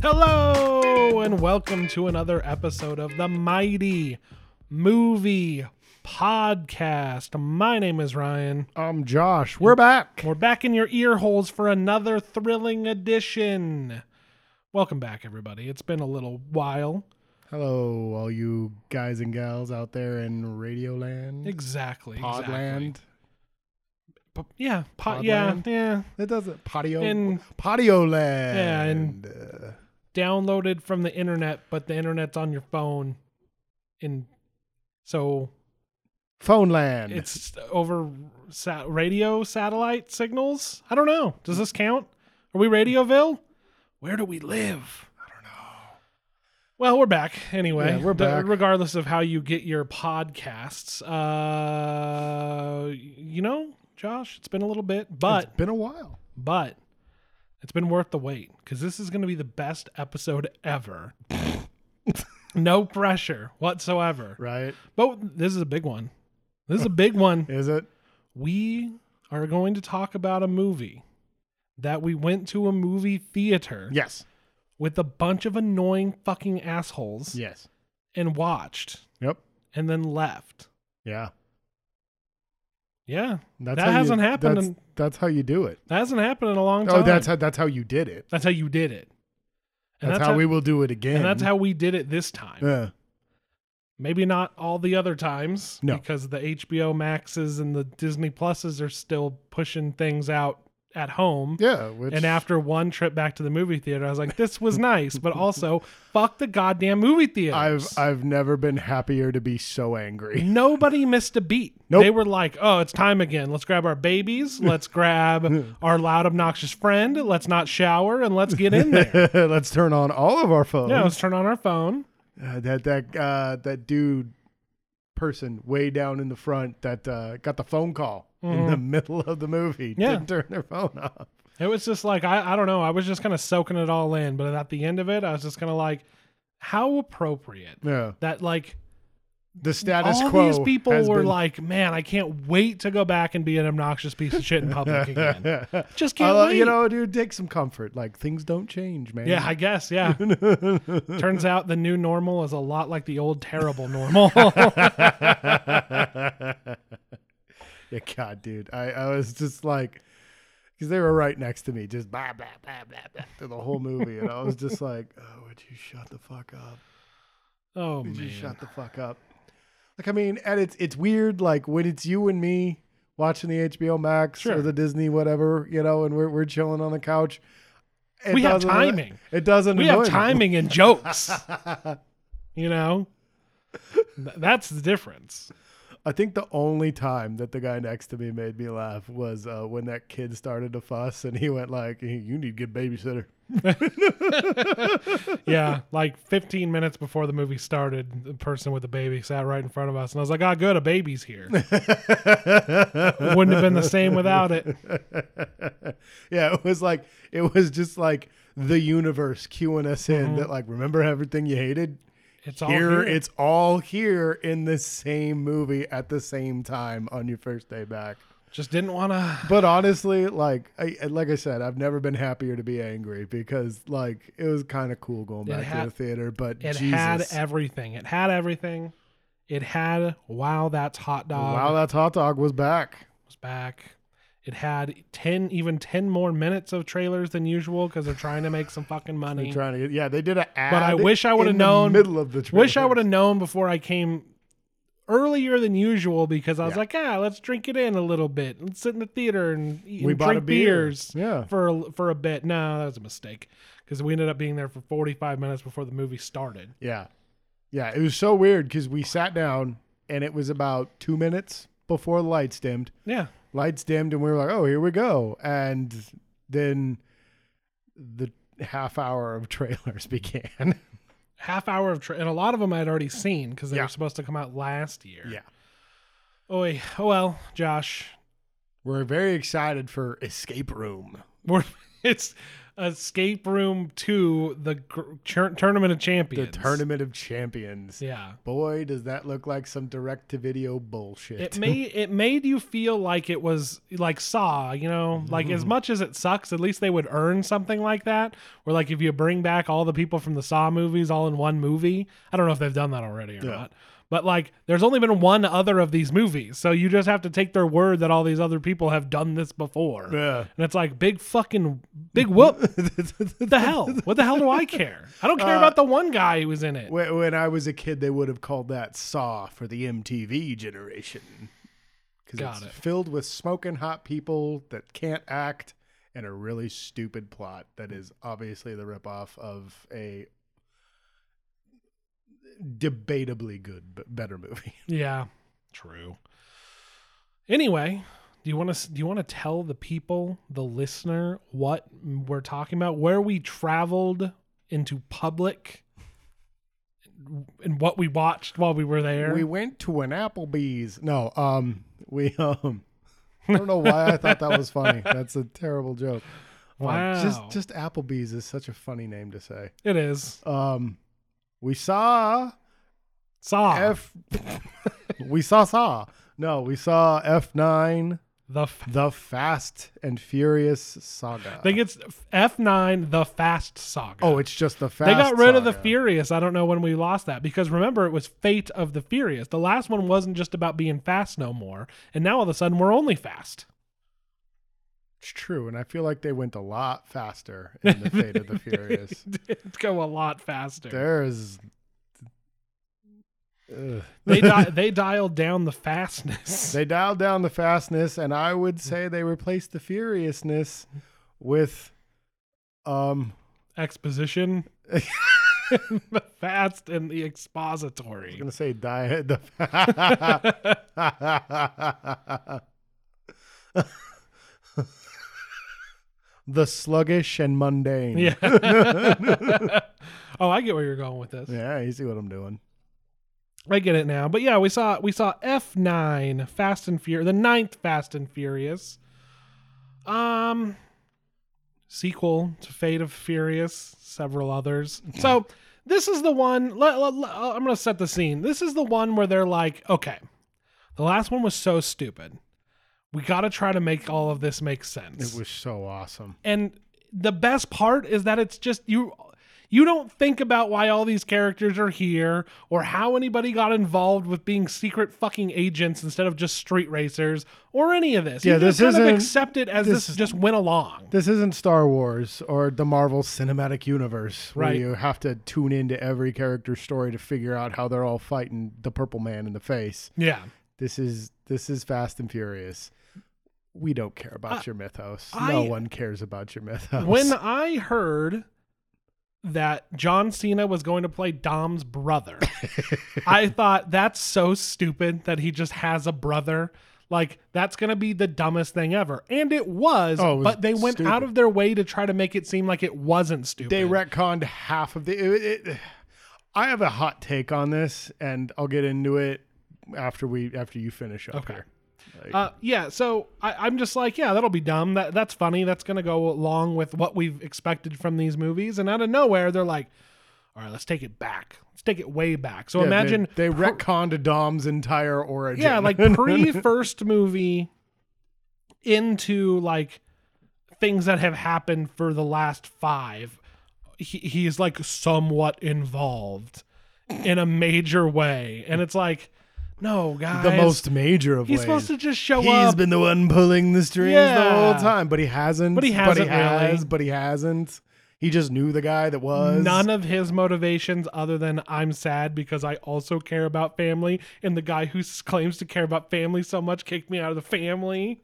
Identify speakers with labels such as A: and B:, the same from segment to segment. A: Hello, and welcome to another episode of the Mighty Movie Podcast. My name is Ryan.
B: I'm Josh. We're back.
A: We're back in your ear holes for another thrilling edition. Welcome back, everybody. It's been a little while.
B: Hello, all you guys and gals out there in Radioland,
A: Exactly. Exactly.
B: Podland.
A: Po- yeah. Po- yeah.
B: Podland?
A: Yeah.
B: It doesn't patio
A: In-
B: patio
A: Yeah,
B: land. Uh,
A: in-
B: Yeah,
A: Downloaded from the internet, but the internet's on your phone. And so
B: phone land.
A: it's over sat- radio satellite signals. I don't know. Does this count? Are we Radioville? Where do we live? I don't know. Well, we're back anyway.
B: Yeah, we're
A: d-
B: back.
A: regardless of how you get your podcasts, uh, you know, Josh, it's been a little bit, but
B: it's been a while.
A: but it's been worth the wait because this is going to be the best episode ever. no pressure whatsoever.
B: Right?
A: But this is a big one. This is a big one
B: Is it?
A: we are going to talk about a movie that we went to a movie theater
B: Yes.
A: with a bunch of annoying fucking assholes
B: Yes.
A: and watched
B: Yep.
A: and then left.
B: Yeah.
A: Yeah.
B: That's
A: That
B: how you-
A: hasn't happened
B: That's,
A: in-
B: that's how you do it.
A: That hasn't happened in a long time.
B: Oh, that's how that's how you did it.
A: That's how you did it.
B: That's, how, we will do it again.
A: and that's how we did it this time.
B: Yeah.
A: Maybe not all the other times
B: No.
A: because the HBO Maxes and the Disney Pluses are still pushing things out at home.
B: yeah. Which,
A: And after one trip back to the movie theater, I was like, "This was nice, but also fuck the goddamn movie theater."
B: I've I've never been happier to be so angry.
A: Nobody missed a beat.
B: Nope.
A: They were like, "Oh, it's time again. Let's grab our babies. Let's grab our loud, obnoxious friend. Let's not shower and let's get in there."
B: Let's turn on all of our phones.
A: yeah, let's turn on our phone.
B: Uh, that that uh, that dude person way down in the front that uh, got the phone call in the middle of the movie
A: Mm-hmm. Yeah.
B: didn't turn their phone off.
A: It was just like I, I don't know. I was just kind of soaking it all in, but at the end of it, I was just kind of like, "How appropriate
B: Yeah,
A: that like."
B: the status
A: all
B: quo.
A: these people
B: has
A: were
B: been-
A: like, "Man, I can't wait to go back and be an obnoxious piece of shit in public again." Just can't
B: Although,
A: wait.
B: uh, you know, dude, take some comfort. Like things don't change, man.
A: Yeah, I guess. Yeah. Turns out the new normal is a lot like the old terrible normal.
B: Yeah, God, dude, I, I was just like, because they were right next to me, just blah blah blah blah blah through the whole movie, and I was just like, oh, would you shut the fuck up?
A: oh
B: Would you
A: man.
B: shut the fuck up? Like, I mean, and it's it's weird, like when it's you and me watching the HBO Max
A: Sure.
B: or the Disney whatever, you know, and we're we're chilling on the couch. It
A: We have
B: doesn't-
A: timing.
B: It doesn't.
A: We
B: annoy
A: have
B: me.
A: timing and jokes. you know? Th- That's the difference.
B: I think the only time that the guy next to me made me laugh was uh, when that kid started to fuss, and he went like, "Hey, "You need a good babysitter."
A: Yeah, like 15 minutes before the movie started, the person with the baby sat right in front of us and I was like, "Oh, good, a baby's here." Wouldn't have been the same without it.
B: yeah, it was like it was just like the universe cueing us in
A: Mm-hmm.
B: that like remember everything you hated.
A: It's all
B: here,
A: here.
B: it's all here in the same movie at the same time on your first day back.
A: just didn't want to
B: But honestly, like I I- like I said, I've never been happier to be angry because like it was kind of cool going back
A: had-
B: to the theater. But
A: It
B: Jesus.
A: had everything. It had everything. It had wow, that's hot dog.
B: Wow, that hot dog was back.
A: was back. It had ten, even ten more minutes of trailers than usual because they're trying to make some fucking
B: They're
A: money.
B: trying to get, yeah, they did an ad.
A: But I wish I would have
B: in the
A: known.
B: Middle of the
A: wish I
B: trailers.
A: would have known before I came earlier than usual because I was
B: Yeah.
A: like, ah, let's drink it in a little bit. Let's sit in the theater and, eat
B: We
A: and
B: bought a
A: drink
B: beer.
A: beers
B: Yeah.
A: for a, for a bit. No, that was a mistake because we ended up being there for forty five minutes before the movie started.
B: Yeah. Yeah. It was so weird because we sat down and it was about two minutes before the lights dimmed.
A: Yeah,
B: Lights dimmed and we were like, oh, here we go. And then the half hour of trailers began.
A: half hour of tra- and a lot of them I'd already seen because they
B: Yeah.
A: were supposed to come out last year.
B: yeah.
A: Oy. Oh well, Josh.
B: We're very excited for Escape Room.
A: We're it's Escape Room 2, the gr- chur- Tournament of
B: The
A: Champions.
B: Tournament of Champions.
A: Yeah.
B: Boy, does that look like some direct to video bullshit.
A: It made it made you feel like it was like Saw, you know, like
B: Mm-hmm.
A: as much as it sucks, at least they would earn something like that. Where like if you bring back all the people from the Saw movies all in one movie, I don't know if they've done that already or
B: Yeah.
A: not. But like, there's only been one other of these movies, so you just have to take their word that all these other people have done this before.
B: Yeah.
A: And it's like big fucking big whoop.
B: when,
A: the hell? What the hell do I care? I don't care
B: Uh,
A: about the one guy who was in it.
B: when I was a kid, they would have called that Saw for the MTV generation.
A: Got
B: Because it's
A: it.
B: filled with smoking hot people that can't act and a really stupid plot that is obviously the ripoff of a debatably good but better movie.
A: Yeah, true. Anyway, do you want to do you want to tell the people, the listener, what we're talking about, where we traveled into public, and what we watched while we were there?
B: We went to an Applebee's. No, um, we um, I don't know why I thought that was funny. That's a terrible joke. Like,
A: Wow.
B: just just Applebee's is such a funny name to say.
A: it is
B: Um, we saw
A: Saw
B: F. we saw Saw. No, we saw F nine,
A: the. F-
B: the Fast and Furious saga.
A: I think it's F nine, the Fast Saga.
B: oh, it's just the Fast.
A: They got rid of the
B: Saga.
A: Furious. I don't know when we lost that because remember it was Fate of the Furious. The last one wasn't just about being fast no more, and now all of a sudden we're only fast.
B: It's true, and I feel like they went a lot faster in the Fate of the Furious.
A: It's go a lot faster.
B: There's. Ugh.
A: They di- they dialed down the fastness.
B: They dialed down the fastness, and I would say they replaced the furiousness with, um,
A: Exposition. the fast and the expository.
B: I'm gonna say die. The, the sluggish and mundane.
A: Yeah. oh, I get where you're going with this.
B: yeah, you see what I'm doing.
A: I get it now. But yeah, we saw we saw F nine Fast and Furious, the ninth Fast and Furious, um, sequel to Fate of Furious, several others.
B: Hmm.
A: So this is the one. Let, let- let- uh, I'm gonna set the scene. This is the one where they're like, okay, the last one was so stupid. We gotta try to make all of this make sense
B: It was so awesome.
A: and the best part is that it's just you you don't think about why all these characters are here or how anybody got involved with being secret fucking agents instead of just street racers or any of this.
B: Yeah,
A: you just
B: this
A: kind of
B: isn't-
A: accept it as
B: this
A: this just went along.
B: This isn't Star Wars or the Marvel Cinematic Universe, where
A: Right.
B: you have to tune into every character's story to figure out how they're all fighting the Purple Man in the face.
A: Yeah.
B: This is this is Fast and Furious. We don't care about
A: I-
B: your mythos. no
A: I-
B: one cares about your mythos.
A: When I heard that John Cena was going to play Dom's brother, I thought that's so stupid that he just has a brother. Like that's gonna be the dumbest thing ever, and it was.
B: Oh, it was
A: but they went
B: stupid.
A: out of their way to try to make it seem like it wasn't stupid.
B: they retconned half of the. It, it, I have a hot take on this, and I'll get into it after we after you finish up
A: Okay.
B: here. Like,
A: Uh, yeah, so I, I'm just like, yeah, that'll be dumb. That that's funny. That's gonna go along with what we've expected from these movies. And out of nowhere, they're like, all right, let's take it back. Let's take it way back. So
B: yeah, they-
A: imagine
B: they,
A: per-
B: retconned Dom's entire origin.
A: yeah like pre first movie into like things that have happened for the last five he, he's like somewhat involved in a major way and it's like no guys
B: the most major of
A: he's
B: ways.
A: supposed to just show
B: He's
A: up
B: been the one pulling the strings the
A: Yeah.
B: whole time, but he hasn't.
A: But he hasn't
B: has,
A: really.
B: But he hasn't. He just knew the guy that was
A: none of his motivations other than i'm sad because i also care about family and the guy who s- claims to care about family so much kicked me out of the family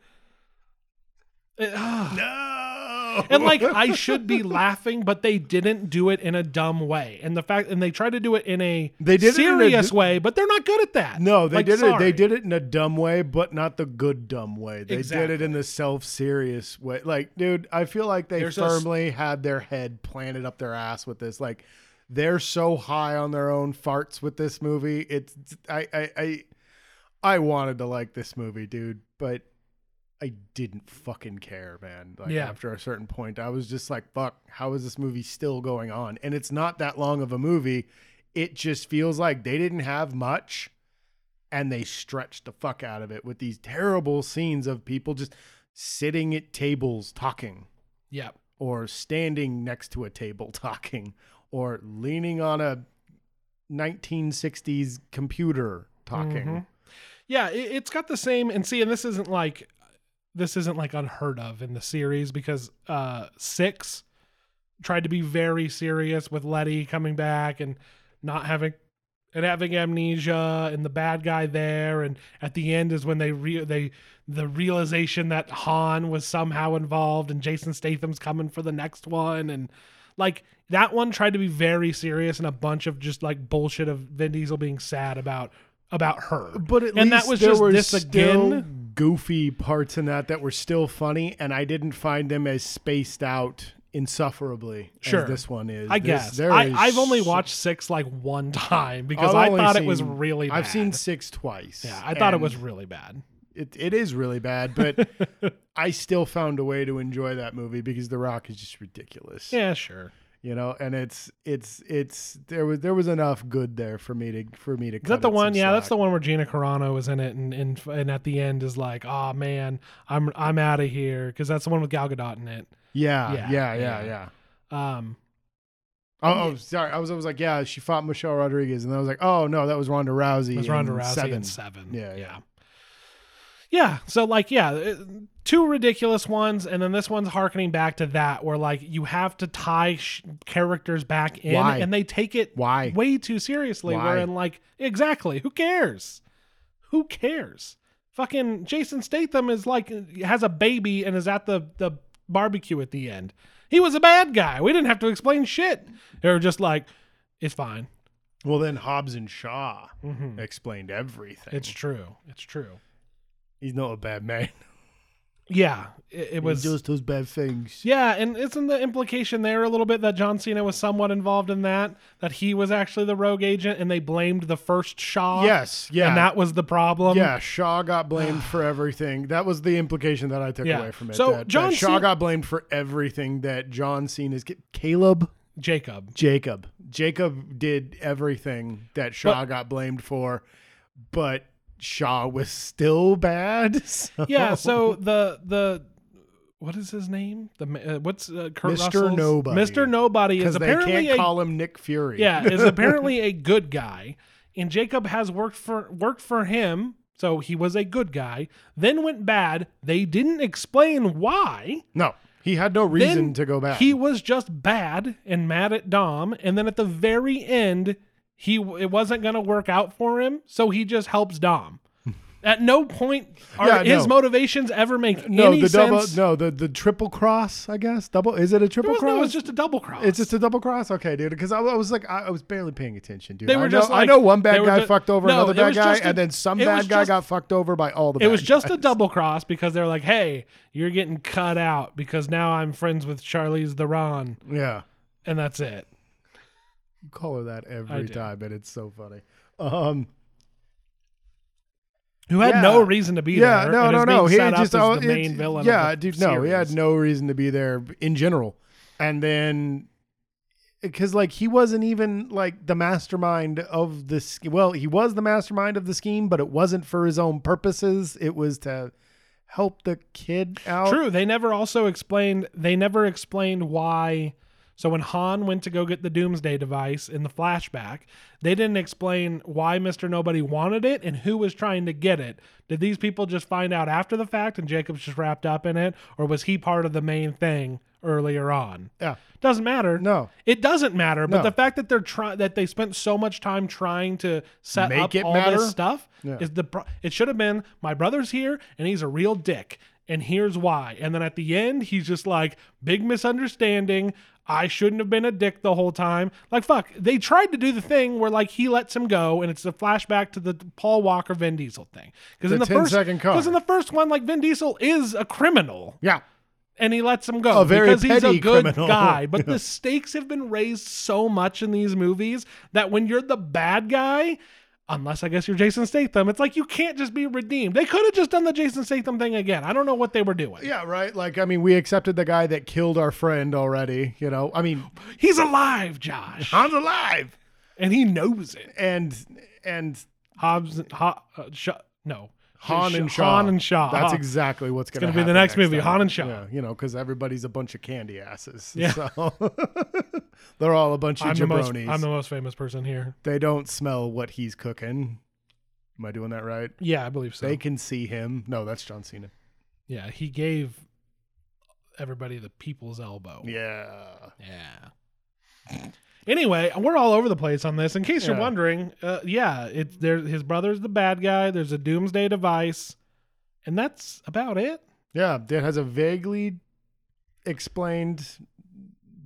A: It- ah.
B: No.
A: and like I should be laughing, but they didn't do it in a dumb way. And the fact, and they tried to do it in a
B: They did it in a
A: serious
B: d-
A: way, but they're not good at that.
B: No, they
A: Like,
B: did it.
A: sorry.
B: They did it in a dumb way, but not the good dumb way. They did it
A: Exactly.
B: in the self-serious way. Like, dude, I feel like they
A: There's a s-
B: firmly had their head planted up their ass with this. Like, they're so high on their own farts with this movie. It's I I I, I wanted to like this movie, dude, but I didn't fucking care, man. Like
A: Yeah.
B: after a certain point, I was just like, fuck, how is this movie still going on? And it's not that long of a movie. It just feels like they didn't have much and they stretched the fuck out of it with these terrible scenes of people just sitting at tables talking
A: Yeah.
B: or standing next to a table talking or leaning on a 1960s computer talking.
A: Mhm. Yeah, it, it's got the same and see, and this isn't like this isn't like unheard of in the series because uh six tried to be very serious with Letty coming back and not having and having amnesia and the bad guy there and at the end is when they re- they the realization that Han was somehow involved and Jason Statham's coming for the next one and like that one tried to be very serious and a bunch of just like bullshit of Vin Diesel being sad about about her.
B: But at
A: And that
B: least
A: was
B: there
A: just
B: were
A: this
B: still
A: again.
B: goofy parts in that that were still funny, and I didn't find them as spaced out insufferably
A: Sure.
B: as this one is.
A: I
B: This-
A: guess
B: there
A: I,
B: is
A: I've only
B: so-
A: watched six like one time because
B: I've
A: I
B: only
A: thought it was
B: seen-
A: really. Bad.
B: I've seen six twice.
A: Yeah, I thought it was
B: and
A: really bad.
B: It, it is really bad, but I still found a way to enjoy that movie because The Rock is just ridiculous.
A: Yeah, sure.
B: you know and it's it's it's there was there was enough good there for me to for me to
A: Is that the one? Yeah, that's the one where Gina Carano is in it, and and, and at the end is like, oh man, I'm I'm out of here because that's the one with Gal Gadot in it.
B: yeah
A: Yeah,
B: yeah yeah
A: yeah.
B: yeah,
A: Um,
B: Oh, oh, sorry. I was, I was like, yeah, she fought Michelle Rodriguez, and then I was like, oh no, that was Ronda Rousey.
A: it was Ronda
B: in
A: Rousey
B: Seven.
A: in Seven.
B: Yeah,
A: yeah, yeah. So like, yeah, it- two ridiculous ones, and then this one's harkening back to that, where like you have to tie sh- characters back in,
B: Why?
A: and they take it
B: Why?
A: way too seriously.
B: Why?
A: Wherein, like, exactly, who cares? Who cares? Fucking Jason Statham is like has a baby and is at the the barbecue at the end. He was a bad guy. We didn't have to explain shit. They were just like, it's fine.
B: Well, then Hobbs and Shaw
A: Mhm.
B: explained everything.
A: It's true. It's true.
B: He's not a bad man.
A: Yeah, it, it was.
B: just those bad things.
A: yeah, and isn't the implication there a little bit that John Cena was somewhat involved in that? That he was actually the rogue agent, and they blamed the first Shaw.
B: Yes, yeah,
A: and that was the problem.
B: yeah. Shaw got blamed for everything. That was the implication that I took
A: Yeah.
B: away from it.
A: So,
B: that, that
A: John
B: Shaw
A: Cena-
B: got blamed for everything that John Cena's Caleb.
A: Jacob.
B: Jacob. Jacob did everything that Shaw got blamed for, but Shaw was still bad. So
A: Yeah. So the the what is his name? The ma- uh, what's uh, Kurt
B: Mr.
A: Russell's-
B: Nobody.
A: Mr. Nobody is
B: because they
A: apparently
B: can't
A: a
B: call him Nick Fury.
A: yeah is apparently a good guy, and Jacob has worked for worked for him. So he was a good guy, then went bad. They didn't explain why.
B: No, he had no
A: Then
B: reason to go back.
A: He was just bad and mad at Dom, and then at the very end, he it wasn't going to work out for him, so he just helps Dom. At no point are
B: Yeah,
A: his
B: no.
A: motivations ever make
B: no,
A: any
B: the double.
A: sense.
B: No, the the triple cross. I guess double. Is it a
A: It
B: triple
A: was,
B: cross?
A: no, it was just a double cross.
B: it's just a double cross, okay, dude. Because I, I was like, I, I was barely paying attention, dude.
A: They were
B: I know,
A: just like-
B: I know one
A: they
B: bad
A: were
B: guy
A: ju-
B: fucked over
A: No,
B: another
A: it was
B: bad guy,
A: just a-
B: and then some
A: it was
B: bad guy
A: just-
B: got fucked over by all the.
A: it
B: bad
A: was just
B: guys.
A: a double cross because they're like, "Hey, you're getting cut out because now I'm friends with Charlize Theron,"
B: Yeah.
A: and that's it.
B: You call her that
A: I
B: every
A: do.
B: time, and it's so funny. Um,
A: Who had
B: Yeah.
A: no reason to be
B: yeah,
A: there.
B: no,
A: and
B: no,
A: is
B: no.
A: being
B: He
A: set up
B: just
A: as
B: oh,
A: the
B: it-
A: main villain. of
B: Yeah,
A: the
B: dude, no, he had
A: series.
B: no reason to be there in general. And then, because like he wasn't even like the mastermind of the sch- well, he was the mastermind of the scheme, but it wasn't for his own purposes. It was to help the kid out.
A: True. They never also explained. They never explained why. So when Han went to go get the Doomsday device in the flashback, they didn't explain why Mister Nobody wanted it and who was trying to get it. Did these people just find out after the fact and Jacob's just wrapped up in it, or was he part of the main thing earlier on?
B: Yeah.
A: Doesn't matter.
B: No.
A: It doesn't matter, but
B: No.
A: the fact that they're trying that they spent so much time trying to set
B: Make
A: up
B: it
A: all
B: matter?
A: this stuff
B: Yeah.
A: is the pro- it should have been my brother's here and he's a real dick and here's why. And then at the end he's just like big misunderstanding. I shouldn't have been a dick the whole time. Like fuck, they tried to do the thing where like he lets him go and it's a flashback to the Paul Walker Vin Diesel thing. Cuz in the
B: 10
A: first
B: second car.
A: cuz in the first one like Vin Diesel is a criminal
B: Yeah.
A: and he lets him go
B: A very
A: because he's a
B: petty
A: good
B: criminal.
A: guy. But the stakes have been raised so much in these movies that when you're the bad guy, Unless I guess you're Jason Statham. It's like you can't just be redeemed. They could have just done the Jason Statham thing again. I don't know what they were doing.
B: Yeah, right. Like, I mean, we accepted the guy that killed our friend already. You know, I mean,
A: He's alive, Josh.
B: I'm alive,
A: And he knows it.
B: and and
A: Hobbs and ha, uh, Shaw. No.
B: Han
A: Sh-
B: and Shaw.
A: Han and Shaw. Ah,
B: That's
A: Huh.
B: exactly what's going to
A: gonna be the next movie, Han and Shaw.
B: Yeah, you know, because everybody's a bunch of candy asses.
A: Yeah.
B: So they're all a bunch of
A: I'm the, most,
B: jabronis.
A: I'm the most famous person here.
B: they don't smell what he's cooking. Am I doing that right?
A: Yeah, I believe so.
B: They can see him. No, that's John Cena.
A: yeah, he gave everybody the people's elbow.
B: Yeah.
A: Yeah. Anyway, we're all over the place on this. In case you're
B: Yeah.
A: wondering, uh, yeah, it's there. His brother's the bad guy. There's a doomsday device, and that's about it.
B: Yeah, it has a vaguely explained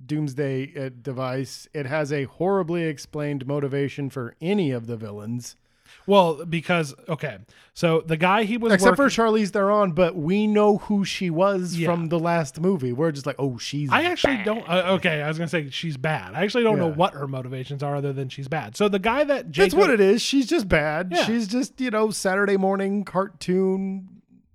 B: doomsday uh, device. It has a horribly explained motivation for any of the villains,
A: Well, because okay, so the guy he was
B: except
A: working,
B: for Charlize Theron. But we know who she was
A: Yeah.
B: from the last movie. We're just like, oh, she's.
A: I actually
B: bad.
A: don't. Uh, okay, I was gonna say she's bad. I actually don't know
B: Yeah.
A: what her motivations are other than she's bad. So the guy that Jacob,
B: That's what it is. She's just bad.
A: Yeah.
B: She's just you know Saturday morning cartoon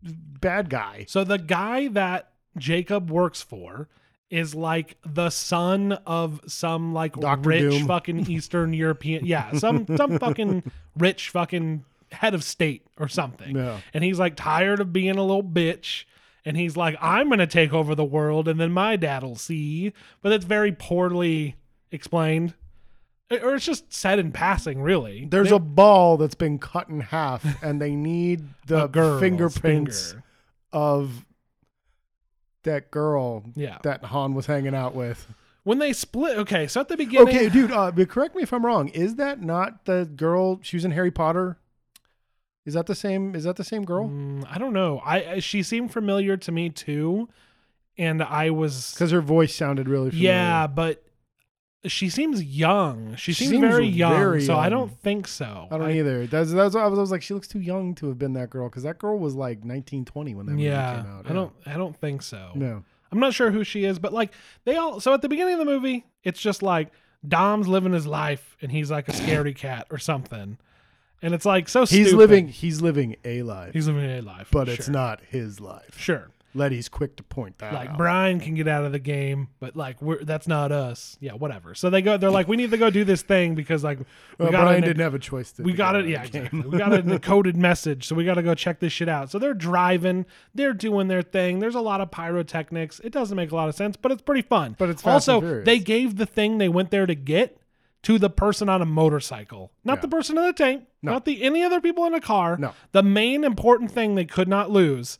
B: bad guy.
A: So the guy that Jacob works for is like the son of some like
B: Dr.
A: rich
B: Doom.
A: fucking Eastern European, yeah, some some fucking rich fucking head of state or something.
B: Yeah.
A: And he's like tired of being a little bitch. And he's like, I'm gonna take over the world, and then my dad'll see. But it's very poorly explained, or it's just said in passing, really.
B: There's a ball that's been cut in half, and they need the
A: girl's
B: fingerprints
A: finger.
B: of that girl
A: Yeah.
B: that Han was hanging out with.
A: When they split, okay. So at the beginning,
B: Okay, dude, uh, but correct me if I'm wrong. Is that not the girl? She was in Harry Potter. Is that the same? Is that the same girl?
A: Mm, I don't know. I I- she seemed familiar to me too, and I was
B: Because her voice sounded really familiar.
A: yeah, but she seems young. She,
B: She
A: seems,
B: seems
A: very young,
B: very
A: so I
B: young.
A: don't think so.
B: I don't either. That's that's why I was, I was like, she looks too young to have been that girl. Because that girl was like 1920 when that movie
A: yeah,
B: came out.
A: I don't. I don't think so.
B: No.
A: I'm not sure who she is, but like they all. So at the beginning of the movie, it's just like Dom's living his life, and he's like a scaredy cat or something, and it's like so.
B: He's
A: stupid.
B: living. He's living a life,
A: He's living a life,
B: but it's
A: sure.
B: not his life.
A: sure.
B: Letty's quick to point that
A: like
B: out.
A: Brian can get out of the game, but like we're that's not us. Yeah, whatever. So they go. They're like, we need to go do this thing because like we
B: well,
A: got
B: Brian
A: an-
B: didn't have a choice. To
A: we got it. Yeah, exactly. we got an encoded message, so we got to go check this shit out. So they're driving. They're doing their thing. There's a lot of pyrotechnics. It doesn't make a lot of sense, but it's pretty fun.
B: But it's Fast and
A: also
B: Furious.
A: they gave the thing they went there to get to the person on a motorcycle, not
B: Yeah.
A: the person in the tank,
B: No.
A: not the any other people in a car.
B: No.
A: The main important thing they could not lose,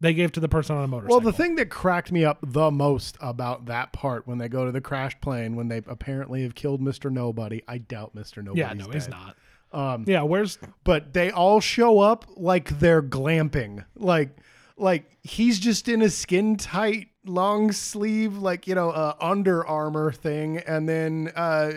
A: they gave to the person on a motorcycle.
B: Well, the thing that cracked me up the most about that part when they go to the crash plane when they apparently have killed Mr. Nobody. I doubt Mr. Nobody.
A: Yeah, no, he's not.
B: Um,
A: Yeah, where's
B: but they all show up like they're glamping. Like, like he's just in a skin tight, long sleeve, like you know, uh, Under Armour thing, and then uh,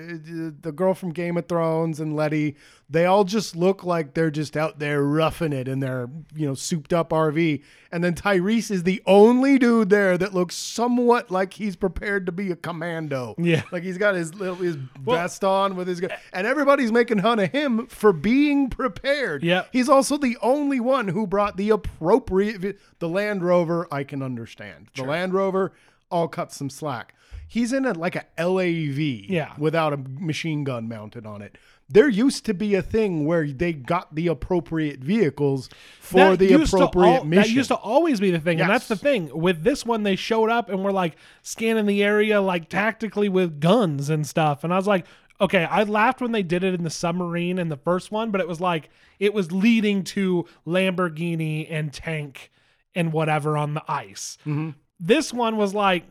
B: the girl from Game of Thrones and Letty. They all just look like they're just out there roughing it in their you know souped up RV, and then Tyrese is the only dude there that looks somewhat like he's prepared to be a commando.
A: Yeah.
B: Like he's got his little his vest on with his gu- and everybody's making fun of him for being prepared.
A: Yeah.
B: He's also the only one who brought the appropriate the Land Rover, I can understand. The Land Rover all cut some slack. He's in a like a LAV
A: Yeah.
B: without a machine gun mounted on it. There used to be a thing where they got the appropriate vehicles for
A: that
B: the
A: used to
B: appropriate
A: al-
B: mission.
A: That used to always be the thing, and that's
B: Yes.
A: the thing. With this one, they showed up and were like scanning the area like tactically with guns and stuff, and I was like. Okay, I laughed when they did it in the submarine in the first one, but it was like it was leading to Lamborghini and tank and whatever on the ice.
B: Mm-hmm.
A: This one was like,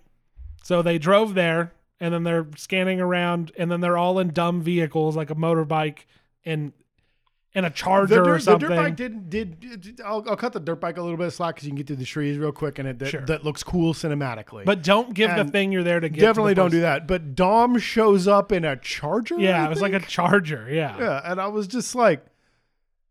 A: so they drove there and then they're scanning around and then they're all in dumb vehicles like a motorbike and and a charger
B: the
A: or
B: dirt, the
A: something.
B: dirt bike did did. did- I'll, I'll cut the dirt bike a little bit of slack because you can get through the trees real quick, and it that,
A: Sure.
B: that looks cool cinematically.
A: But don't give the
B: And
A: thing you're there to get.
B: definitely don't do that. But Dom shows up in a charger.
A: Yeah,
B: I
A: it was like a
B: think?
A: charger. Yeah.
B: yeah, and I was just like.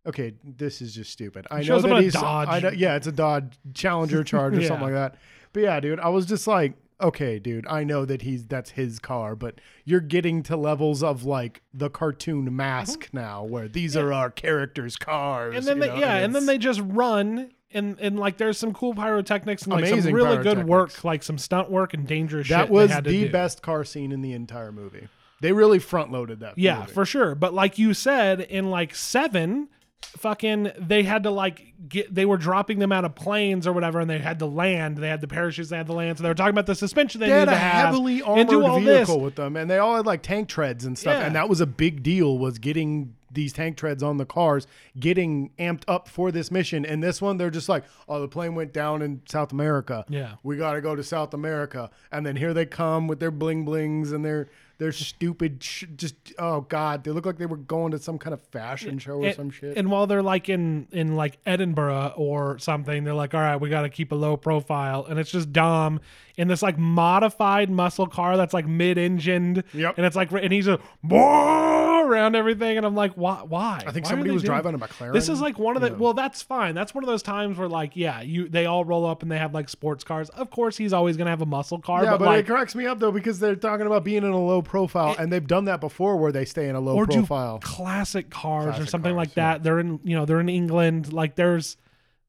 B: Okay, this is just stupid.
A: He
B: I know
A: shows up in
B: that
A: a
B: he's
A: Dodge.
B: I know, yeah, it's a Dodge Challenger Charger,
A: Yeah.
B: something like that. But yeah, dude, I was just like, okay, dude, I know that he's that's his car, but you're getting to levels of like the cartoon mask now, where these are our characters' cars.
A: Mm-hmm. and then
B: you
A: they,
B: know,
A: yeah, and then
B: it's-
A: they just run and and like there's some cool pyrotechnics and like some
B: Amazing
A: really good work,
B: pyrotechnics.
A: like some stunt work and dangerous shit.
B: that
A: they
B: was
A: had to
B: the
A: do.
B: best car scene in the entire movie. They really front loaded that.
A: Yeah,
B: movie.
A: for sure. But like you said, in like seven, fucking, they had to like get. They were dropping them out of planes or whatever, and they had to land. They had the parachutes. They had to land. So they were talking about the suspension they,
B: they had
A: needed
B: a
A: to have
B: heavily
A: and
B: armored
A: do all
B: vehicle
A: this.
B: with them, and they all had like tank treads and stuff.
A: Yeah.
B: And that was a big deal was getting these tank treads on the cars, getting amped up for this mission. And this one, they're just like, oh, the plane went down in South America.
A: Yeah.
B: we got to go to South America. And then here they come with their bling blings and their their stupid, sh- just oh god, they look like they were going to some kind of fashion show or
A: and,
B: some shit.
A: and while they're like in in like Edinburgh or something, they're like, all right, we got to keep a low profile, and it's just Dom in this like modified muscle car that's like mid-engined,
B: Yep.
A: and it's like, and he's just "Whoa," around everything, and I'm like, why? Why?
B: I think somebody was driving a McLaren.
A: This is like one of the
B: Yeah.
A: well, that's fine. That's one of those times where like, yeah, you they all roll up and they have like sports cars. Of course, he's always gonna have a muscle car,
B: Yeah,
A: but,
B: but,
A: like,
B: it cracks me up though because they're talking about being in a low profile, and they've done that before, where they stay in a low
A: or
B: profile.
A: do classic cars or
B: Classic
A: something
B: cars,
A: like that. They're in you know they're in England. Like there's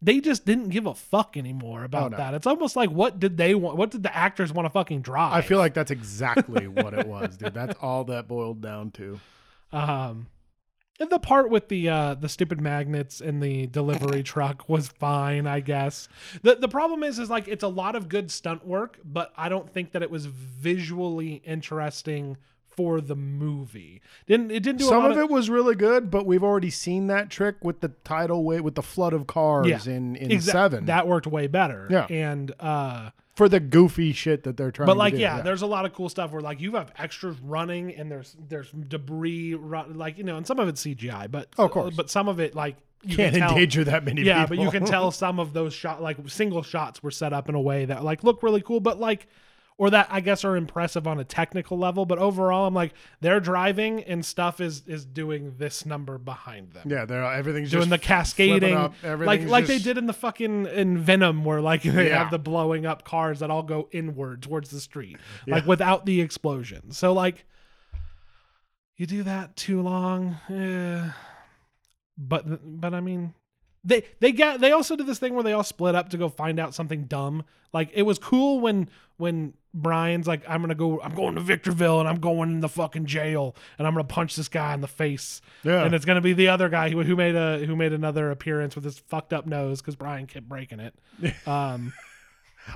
A: they just didn't give a fuck anymore about
B: Oh, no.
A: that. It's almost like what did they want? What did the actors want to fucking drive?
B: I feel like that's exactly what it was, dude. That's all that boiled down to.
A: Um, and the part with the uh, the stupid magnets and the delivery truck was fine, I guess. the The problem is, is like it's a lot of good stunt work, but I don't think that it was visually interesting for the movie. Didn't it? Didn't do a
B: Some
A: lot
B: of it was really good, but we've already seen that trick with the tidal wave, with the flood of cars
A: Yeah.
B: in in
A: Exact-
B: seven
A: that worked way better.
B: Yeah. Oh,
A: and uh,
B: for the goofy shit that they're trying.
A: but
B: to
A: like
B: do,
A: yeah, there's a lot of cool stuff where like you have extras running and there's there's debris run, like you know, and some of it's CGI, but
B: Oh, of course.
A: but some of it like you
B: can't
A: can tell-
B: endanger that many.
A: yeah
B: people.
A: but you can tell some of those shot like single shots were set up in a way that like look really cool but like or that i guess are impressive on a technical level but overall i'm like they're driving and stuff is is doing this number behind them
B: Yeah, they're everything's
A: Doing
B: just
A: the cascading,
B: up,
A: like
B: everything's
A: like they
B: just-
A: did in the fucking in Venom, where like they
B: Yeah.
A: have the blowing up cars that all go inward towards the street, like without the explosion. So like, you do that too long, eh. but but I mean, they they got they also did this thing where they all split up to go find out something dumb. Like it was cool when when Brian's like, I'm gonna go, I'm going to Victorville and I'm going in the fucking jail and I'm gonna punch this guy in the face.
B: Yeah.
A: And it's gonna be the other guy who, who made a who made another appearance with his fucked up nose because Brian kept breaking it. Um,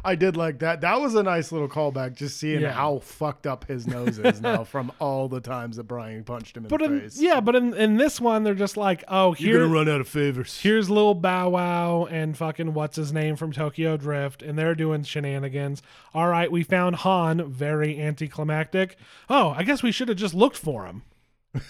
B: I did like that. That was a nice little callback, just seeing
A: Yeah.
B: how fucked up his nose is now from all the times that Brian punched him in
A: but
B: the
A: in,
B: face.
A: yeah, but in in this one they're just like, oh here
B: You're gonna run out of favors.
A: Here's Lil Bow Wow and fucking what's his name from Tokyo Drift, and they're doing shenanigans. All right, we found Han, very anticlimactic. Oh, I guess we should have just looked for him.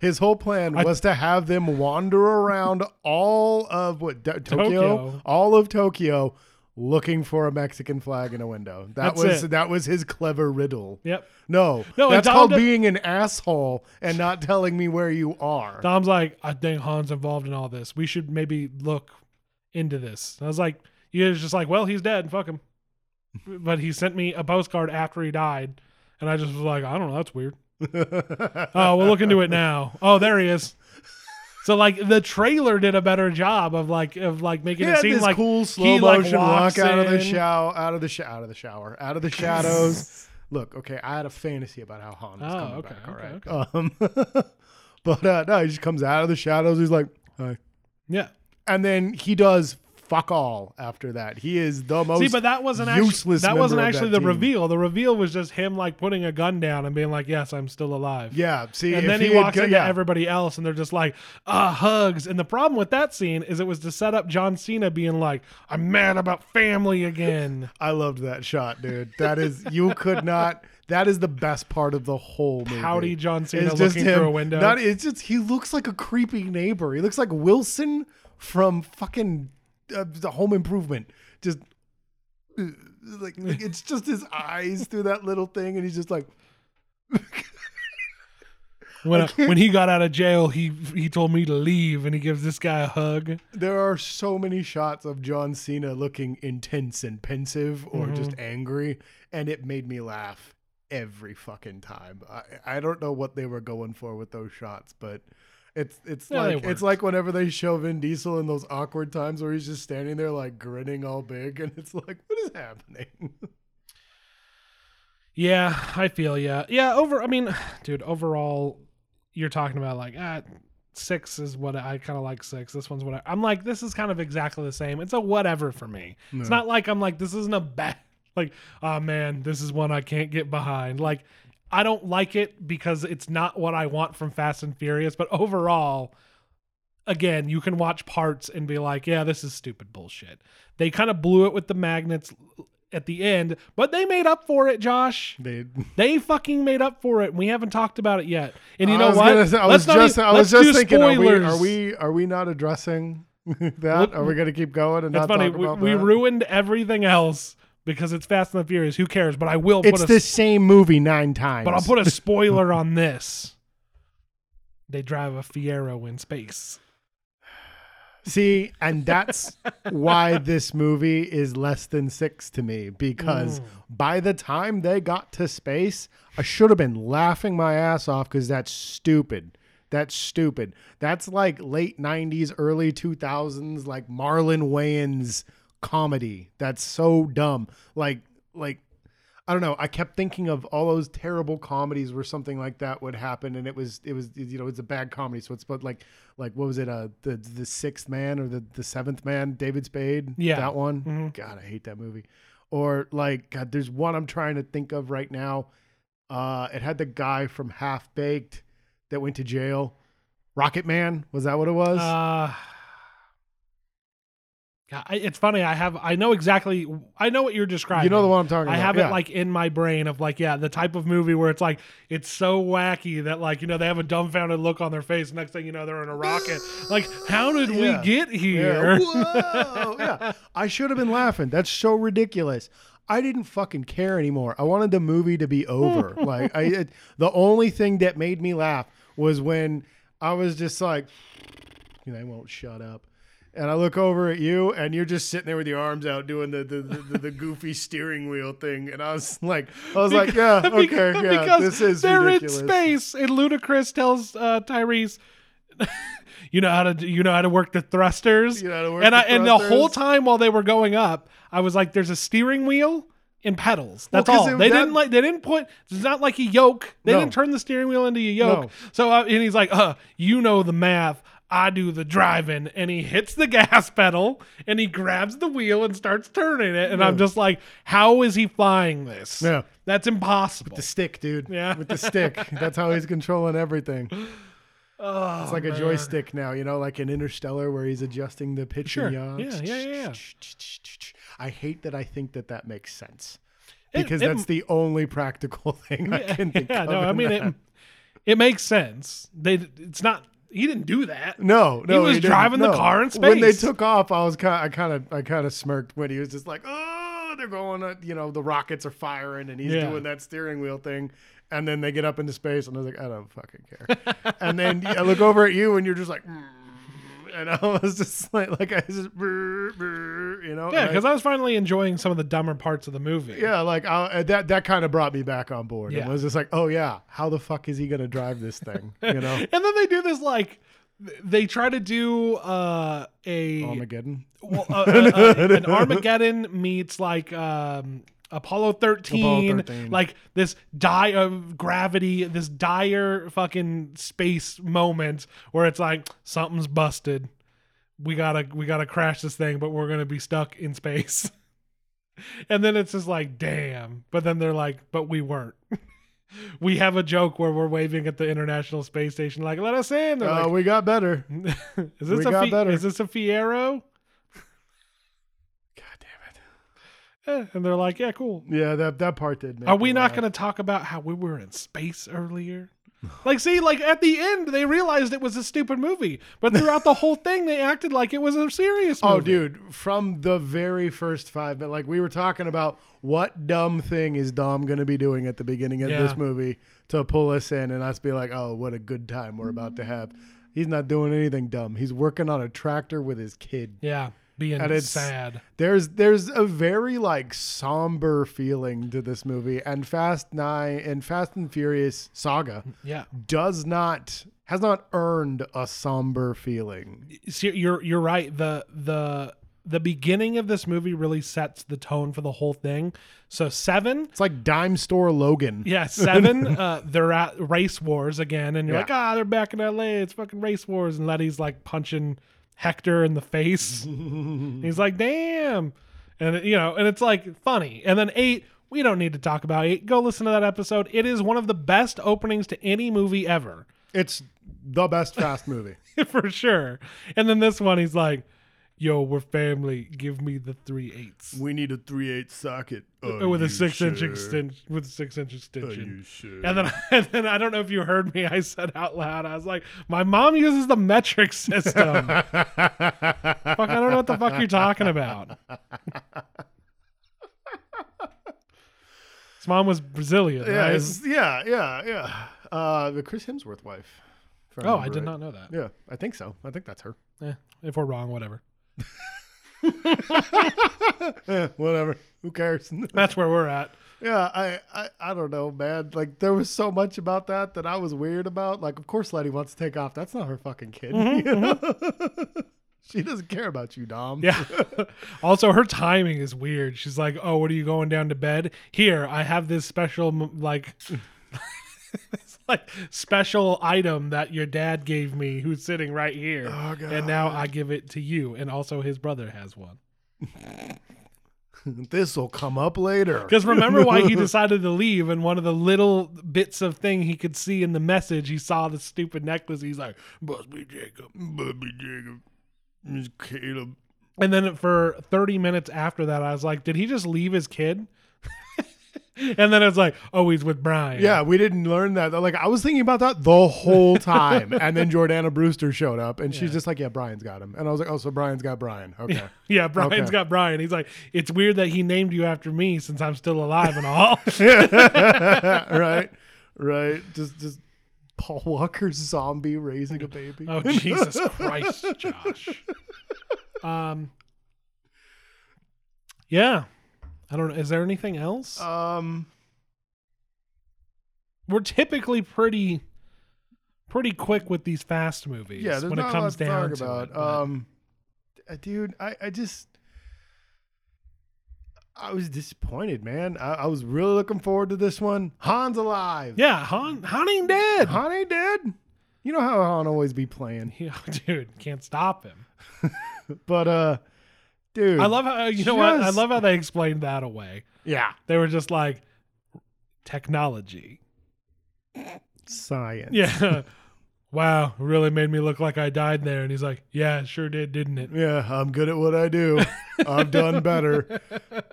B: His whole plan was to have them wander around all of what Do- Tokyo,
A: Tokyo.
B: all of Tokyo, looking for a Mexican flag in a window. That
A: That's
B: was
A: it.
B: that was his clever riddle.
A: Yep.
B: No,
A: No, and
B: that's
A: Dom
B: called
A: do-
B: being an asshole and not telling me where you are.
A: Dom's like, I think Han's involved in all this. We should maybe look into this. And I was like, he was just like, well, he's dead. Fuck him. But he sent me a postcard after he died, and I just was like, I don't know. That's weird. Oh, we'll look into it now. Oh, there he is. So like the trailer did a better job of like of like making
B: He
A: it
B: had
A: seem
B: this
A: like
B: cool slow
A: like,
B: motion
A: walks
B: walk out of the
A: in.
B: shower, out of the shower, out of the shower, out of the shadows. Look, okay, I had a fantasy about how Han was
A: Oh,
B: coming
A: okay,
B: back.
A: okay,
B: all right, um, but uh, no, he just comes out of the shadows. He's like, hi,
A: yeah.
B: and then he does fuck all after that. He is the most
A: See, but that wasn't actually
B: useless
A: that wasn't
B: member of
A: actually
B: that
A: the
B: team.
A: reveal. The reveal was just him like putting a gun down and being like, "Yes, I'm still alive."
B: Yeah, see,
A: And
B: if
A: then he,
B: had
A: walks
B: go-
A: into
B: yeah,
A: everybody else, and they're just like, "Ah, hugs." And the problem with that scene is it was to set up John Cena being like, "I'm mad about family again."
B: I loved that shot, dude. That is you could not. That is the best part of the whole movie.
A: Howdy, John Cena
B: It's
A: looking
B: just him.
A: through a window.
B: Not, it's just he looks like a creepy neighbor. He looks like Wilson from fucking uh, the Home Improvement. Just uh, like, like it's just his eyes through that little thing, and he's just like.
A: When, uh, when he got out of jail, he he told me to leave, and he gives this guy a hug.
B: There are so many shots of John Cena looking intense and pensive or just
A: Mm-hmm.
B: angry, and it made me laugh every fucking time. I, I don't know what they were going for with those shots, but it's it's
A: No, they
B: like it's
A: worked.
B: like whenever they show Vin Diesel in those awkward times where he's just standing there like grinning all big, and it's like, what is happening?
A: Yeah, I feel yeah. Yeah, over I mean, dude, overall you're talking about like ah, 6 is what I kind of like 6. This one's what I, I'm like this is kind of exactly the same. It's a whatever for me. It's
B: No.
A: not like I'm like this isn't a bad like oh man, this is one I can't get behind. Like I don't like it because it's not what I want from Fast and Furious, but overall again, you can watch parts and be like, yeah, this is stupid bullshit. They kind of blew it with the magnets at the end, but they made up for it, Josh.
B: They
A: They fucking made up for it. and We haven't talked about it yet. And you
B: I
A: know
B: was
A: what?
B: gonna say- I
A: Let's
B: was
A: not
B: just,
A: even-
B: I was
A: let's
B: just
A: do
B: thinking, are we, are
A: spoilers.
B: we, are we not addressing that?
A: Look-
B: are we going to keep going and
A: It's
B: not
A: funny.
B: talk
A: We,
B: about
A: we
B: that?
A: ruined everything else because it's Fast and the Furious. Who cares? But I will
B: It's
A: put a
B: the same movie nine times.
A: but I'll put a spoiler on this. They drive a Fiero in space.
B: See, and that's why this movie is less than six to me because
A: Mm.
B: by the time they got to space, I should have been laughing my ass off because that's stupid. That's stupid. That's like late 90s, early 2000s, like Marlon Wayans comedy. That's so dumb. Like, like, I don't know. I kept thinking of all those terrible comedies where something like that would happen, and it was it was you know it's a bad comedy, so it's but like like what was it uh the the sixth man or the the seventh man David Spade
A: Yeah.
B: that one
A: Mhm.
B: God I hate that movie or like God there's one I'm trying to think of right now uh it had the guy from Half Baked that went to jail Rocket Man was that what it was
A: Uh, God, I- it's funny. I have I know exactly. I know what you're describing.
B: you know the one I'm talking
A: I
B: about
A: have
B: Yeah.
A: it like in my brain of like, yeah, the type of movie where it's like it's so wacky that like, you know, they have a dumbfounded look on their face. Next thing you know, they're in a rocket. Like, how did
B: Yeah.
A: we get
B: Yeah.
A: here?
B: Whoa. yeah. I should have been laughing. That's so ridiculous. I didn't fucking care anymore. I wanted the movie to be over. like I it, the only thing that made me laugh was when I was just like and they won't shut up. And I look over at you, and you're just sitting there with your arms out doing the the, the, the, the goofy steering wheel thing. And I was like, I was like, yeah, okay,
A: Because-
B: yeah,
A: because
B: this is
A: they're
B: ridiculous.
A: in space, and Ludacris tells uh, Tyrese, "You know how to do- you know how to work the thrusters."
B: You know how to work
A: and
B: the
A: I and the whole
B: thrusters.
A: time while they were going up, I was like, "There's a steering wheel." And pedals. That's
B: 'cause
A: all.
B: it-
A: they
B: that-
A: didn't like. They didn't put. It's not like a yoke. They
B: No.
A: didn't turn the steering wheel into a yoke.
B: No.
A: So uh, and he's like, "Uh, you know the math. I do the driving." And he hits the gas pedal and he grabs the wheel and starts turning it. And I'm just like, "How is he flying this?"
B: Yeah.
A: That's impossible.
B: The stick, dude.
A: Yeah.
B: With the stick. That's how he's controlling everything.
A: Oh,
B: It's like a joystick now, you know, like an Interstellar where he's adjusting the pitch
A: Sure.
B: and yaw.
A: Yeah, yeah, yeah, yeah.
B: I hate that I think that that makes sense
A: It-
B: because
A: it-
B: that's the only practical thing I can think
A: yeah,
B: of.
A: no, I
B: in
A: mean
B: that.
A: it. It makes sense. They, it's not. He didn't do that.
B: no, no,
A: was
B: didn't.
A: driving the
B: No.
A: car in
B: When they
A: space.
B: took off, I was kind, I kind of, I kind of smirked when he was just like, "Oh, they're going, uh, you know, the rockets are firing," and he's
A: Yeah.
B: doing that steering wheel thing. And then they get up into space, and I was like, "I don't fucking care." and then I look over at you, and you're just like. "Mm." And I was just like, like I just, "Brr, brr," you know,
A: Yeah,
B: and I-
A: because I, was finally enjoying some of the dumber parts of the movie.
B: yeah, like I, uh, that that kind of brought me back on board. It
A: Yeah.
B: was just like, oh yeah, how the fuck is he gonna drive this thing? You know,
A: and then they do this like, th- they try to do uh, a,
B: Armageddon,
A: well, uh, uh, uh, an Armageddon meets like. Um, Apollo 13,
B: 13.
A: like this die of gravity, this dire fucking space moment where it's like something's busted. we gotta we gotta crash this thing, but we're gonna be stuck in space. and then it's just like, damn. But then they're like, but we weren't. we have a joke where we're waving at the International Space Station, like, let us in. They're
B: uh,
A: like,
B: we got better. God
A: is this
B: we
A: a
B: got
A: Fi-
B: better.
A: is this a Fiero?
B: damn
A: Eh, And they're like, yeah, cool.
B: it. Yeah, that that part did. Make
A: Are we
B: me
A: not
B: laugh.
A: gonna talk about how we were in space earlier? Like, see, like at the end, they realized it was a stupid movie, but throughout the whole thing, they acted like it was a serious movie.
B: Oh, dude, from the very first five, but like we were talking about what dumb thing is Dom going to be doing at the beginning of
A: Yeah.
B: this movie to pull us in and us be like, oh, what a good time we're about to have. He's not doing anything dumb. He's working on a tractor with his kid.
A: Yeah, being
B: And it's-
A: sad.
B: There's there's a very like somber feeling to this movie and Fast 9 and Fast and Furious Saga
A: Yeah,
B: does not has not earned a somber feeling.
A: See, you're you're right. The the the beginning of this movie really sets the tone for the whole thing. So seven,
B: It's like dime store Logan.
A: yeah, seven. uh, they're at race wars again, and you're
B: Yeah.
A: like, ah, they're back in L.A. It's fucking race wars, and Letty's like punching Hector in the face. And he's like, damn, and you know, and it's like funny. And then eight. We don't need to talk about eight. Go listen to that episode. It is one of the best openings to any movie ever.
B: It's the best Fast movie.
A: for sure. And then this one, he's like, "Yo, we're family. Give me the three eighths
B: We need a three eight socket
A: Uh,
B: Oh,
A: with a six inch extension. With a six inch extension."
B: sure?
A: And then, and then I don't know if you heard me. I said out loud, I was like, "My mom uses the metric system." fuck, I don't know what the fuck you're talking about. His mom was Brazilian.
B: yeah,
A: right?
B: it's- yeah, yeah, yeah. Uh, the Chris Hemsworth wife. if
A: Oh,
B: remember
A: I did
B: right.
A: not know that.
B: Yeah, I think so. I think that's her.
A: Eh, if we're wrong, whatever.
B: Eh, whatever. Who cares?
A: That's where we're at.
B: yeah, I, I, I don't know, man. Like there was so much about that that I was weird about. Like, of course, Letty wants to take off. That's not her fucking kid.
A: Mm-hmm,
B: you know? she doesn't care about you, Dom.
A: Yeah. also, her timing is weird. She's like, "Oh, what are you going down to bed? Here, I have this special m- like." it's like special item that your dad gave me who's sitting right here
B: Oh,
A: and now i give it to you and also his brother has one
B: This will come up later.
A: because remember why he decided to leave and one of the little bits of thing he could see in the message he saw the stupid necklace he's like
B: Must be Jacob. Must be Jacob. It's Caleb.
A: And then for 30 minutes after that, I was like, did he just leave his kid? and then it's like, oh, he's with Brian.
B: Yeah, we didn't learn that. Like I was thinking about that the whole time, and then Jordana Brewster showed up, and she's just like, "Yeah, Brian's got him," and I was like, "Oh, so Brian's got Brian." Okay.
A: Yeah, Brian's
B: Okay.
A: got Brian. He's like, it's weird that he named you after me since I'm still alive and all.
B: right, right. Just, just Paul Walker's zombie raising a baby.
A: oh, Jesus Christ, Josh. Um, yeah. I don't know. Is there anything else?
B: Um,
A: We're typically pretty pretty quick with these fast movies
B: yeah, there's
A: when
B: not
A: it comes
B: a lot
A: down
B: to
A: to
B: talk about.
A: it. but-
B: um, uh, dude, I, I just, I was disappointed, man. I, I was really looking forward to this one. Han's alive.
A: yeah, Han, Han ain't dead.
B: Han ain't dead. You know how Han always be playing,
A: Yeah, dude, can't stop him.
B: but uh, dude,
A: I love how you know what I
B: Just-
A: love how they explained that away.
B: yeah
A: They were just like technology.
B: science.
A: Yeah. wow, really made me look like I died there. And he's like, Yeah, it sure did, didn't it?
B: Yeah, I'm good at what I do. I've done better.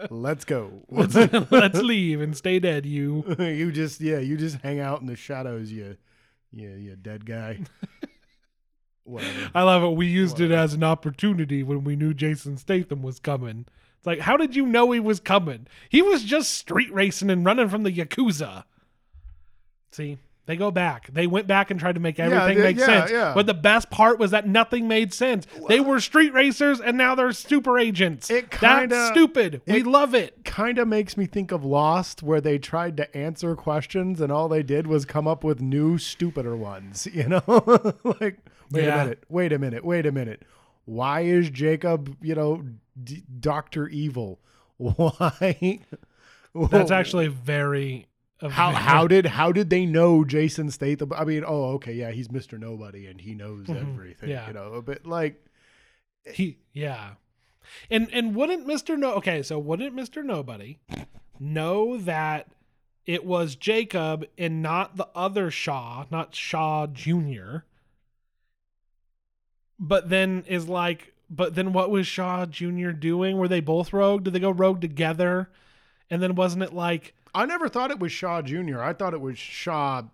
B: Let's go.
A: Let's, let's leave and stay dead, you.
B: you just yeah, you just hang out in the shadows, you yeah, you dead guy. Whatever.
A: I love it. We used it as an opportunity when we knew Jason Statham was coming. It's like, how did you know he was coming? He was just street racing and running from the Yakuza. See, they go back. They went back and tried to make everything
B: they-
A: make
B: yeah,
A: sense.
B: yeah.
A: But the best part was that nothing made sense. they were street racers and now they're super agents.
B: It kinda-
A: That's stupid. we
B: it-
A: love it.
B: Kind of makes me think of Lost, where they tried to answer questions and all they did was come up with new, stupider ones. You know, like wait
A: Yeah.
B: a minute, wait a minute, wait a minute. Why is Jacob, you know, D- Doctor Evil? Why?
A: That's actually very. a
B: How
A: very-
B: how did how did they know Jason Statham? I mean, oh okay, yeah, he's Mister Nobody and he knows
A: Mm-hmm.
B: everything,
A: yeah.
B: you know. But like,
A: He yeah. And and wouldn't Mr. No okay, so wouldn't Mr. Nobody know that it was Jacob and not the other Shaw, not Shaw Jr. But then is like but then what was Shaw Jr. doing? Were they both rogue? Did they go rogue together? And then wasn't it like
B: I never thought it was Shaw Junior. I thought it was Shaw
A: But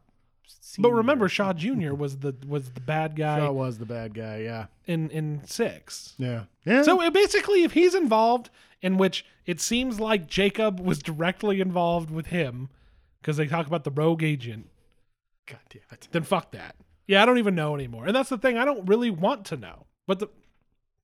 B: senior.
A: remember, Shaw Jr. was the was the bad guy
B: Shaw was the bad guy. Yeah,
A: in in six.
B: yeah, yeah.
A: So it basically, if he's involved, in which it seems like Jacob was directly involved with him, because they talk about the rogue agent,
B: God damn it.
A: then fuck that. Yeah, I don't even know anymore. And that's the thing; I don't really want to know. But the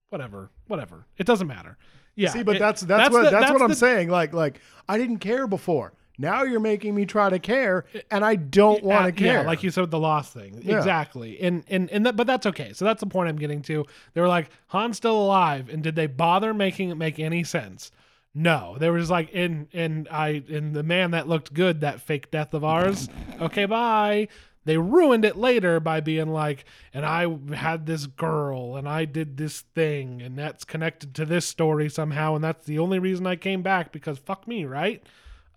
A: whatever, whatever, it doesn't matter. Yeah.
B: See, but
A: it-
B: that's that's, what
A: the-
B: that's, what I'm
A: the-
B: saying. Like like I didn't care before. Now you're making me try to care, and I don't want to
A: Uh, yeah,
B: care.
A: like you said, with the lost thing,
B: Yeah.
A: exactly. And and and that, but that's okay. So that's the point I'm getting to. They were like, Han's still alive, and did they bother making it make any sense? No, there was like in in I in the man that looked good, that fake death of ours. Okay, bye. They ruined it later by being like, and I had this girl, and I did this thing, and that's connected to this story somehow, and that's the only reason I came back because fuck me, right?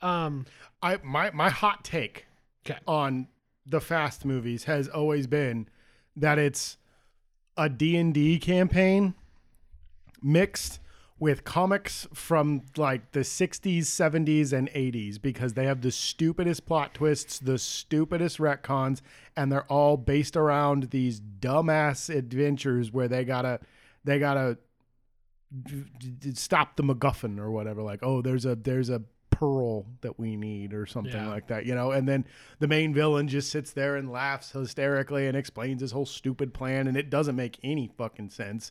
A: Um,
B: I my my hot take
A: 'Kay.
B: on the Fast movies has always been that it's a D&D campaign mixed with comics from like the 60s, 70s and 80s because they have the stupidest plot twists, the stupidest retcons and they're all based around these dumbass adventures where they got to they got to d- d- stop the MacGuffin or whatever. Like, oh, there's a there's a pearl that we need or something
A: Yeah.
B: like that, you know. And then the main villain just sits there and laughs hysterically and explains his whole stupid plan, and it doesn't make any fucking sense,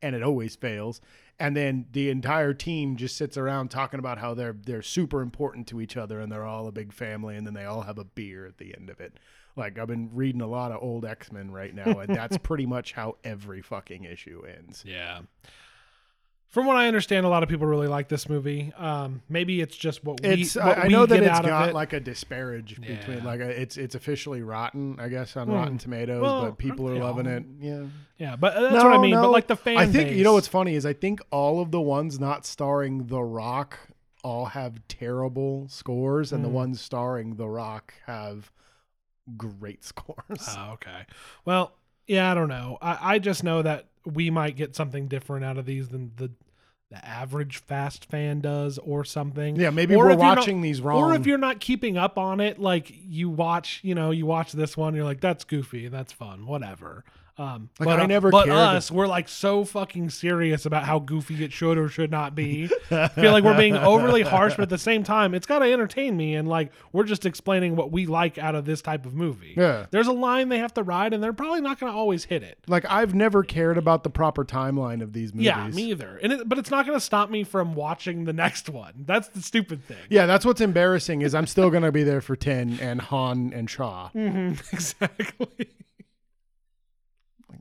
B: and it always fails. And then the entire team just sits around talking about how they're they're super important to each other and they're all a big family, and then they all have a beer at the end of it. Like I've been reading a lot of old X Men right now, and that's pretty much how every fucking issue ends.
A: Yeah. From what I understand, a lot of people really like this movie. Um, maybe it's just what we.
B: it's
A: what
B: I, I
A: we
B: know that
A: get
B: it's
A: out of
B: got
A: it.
B: like a disparage between
A: Yeah.
B: like a, it's it's officially rotten I guess on
A: Hmm.
B: Rotten Tomatoes
A: Well,
B: but people are
A: aren't they
B: loving
A: all?
B: it yeah
A: yeah, but uh, that's what I mean. But like the fan,
B: I think
A: base,
B: you know what's funny is I think all of the ones not starring The Rock all have terrible scores and the
A: Hmm.
B: ones starring The Rock have great scores
A: Oh, okay. Well, yeah, I don't know. I, I just know that we might get something different out of these than the the average fast fan does, or something.
B: yeah maybe
A: or
B: we're
A: if you're not-
B: watching these wrong
A: Or if you're not keeping up on it, like you watch, you know, you watch this one, you're like, that's goofy, that's fun, whatever. Um,
B: Like,
A: but
B: I
A: uh,
B: never
A: but
B: cared.
A: us, we're like so fucking serious about how goofy it should or should not be. I feel like we're being overly harsh, but at the same time, it's got to entertain me, and like we're just explaining what we like out of this type of movie.
B: yeah
A: There's a line they have to ride, and they're probably not going to always hit it.
B: like I've never cared about the proper timeline of these movies
A: Yeah, me either. And it, but it's not going to stop me from watching the next one. That's the stupid thing.
B: Yeah, that's what's embarrassing is I'm still gonna be there for ten and Han and Shaw.
A: Mhm, exactly.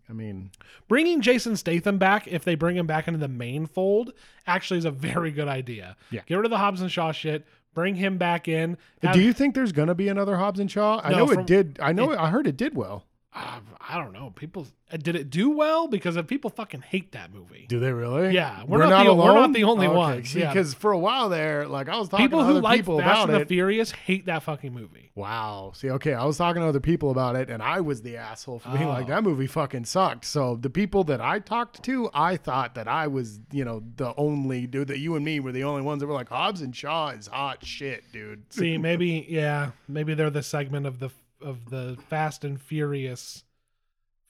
B: I mean,
A: bringing Jason Statham back, if they bring him back into the main fold, actually is a very good idea.
B: Yeah.
A: Get rid of the Hobbs and Shaw shit. Bring him back in. Have-
B: do you think there's gonna be another Hobbs and Shaw? I
A: No,
B: know
A: from-
B: it did. I know. It, I heard it did well.
A: Uh, I don't know. People uh, did it do well because if people fucking hate that movie.
B: Do they really?
A: Yeah, we're not the- we're not the only ones, yeah.
B: because for a while there, like I was talking
A: People
B: to
A: who
B: other
A: like
B: people
A: Fast
B: about
A: and the
B: it.
A: Furious hate that fucking movie.
B: wow. See, okay, I was talking to other people about it, and I was the asshole for being like
A: Oh.
B: that movie fucking sucked. So the people that I talked to, I thought that I was, you know, the only dude that you and me were the only ones that were like Hobbs and Shaw is hot shit, dude.
A: See, maybe yeah, maybe they're the segment of the of the Fast and Furious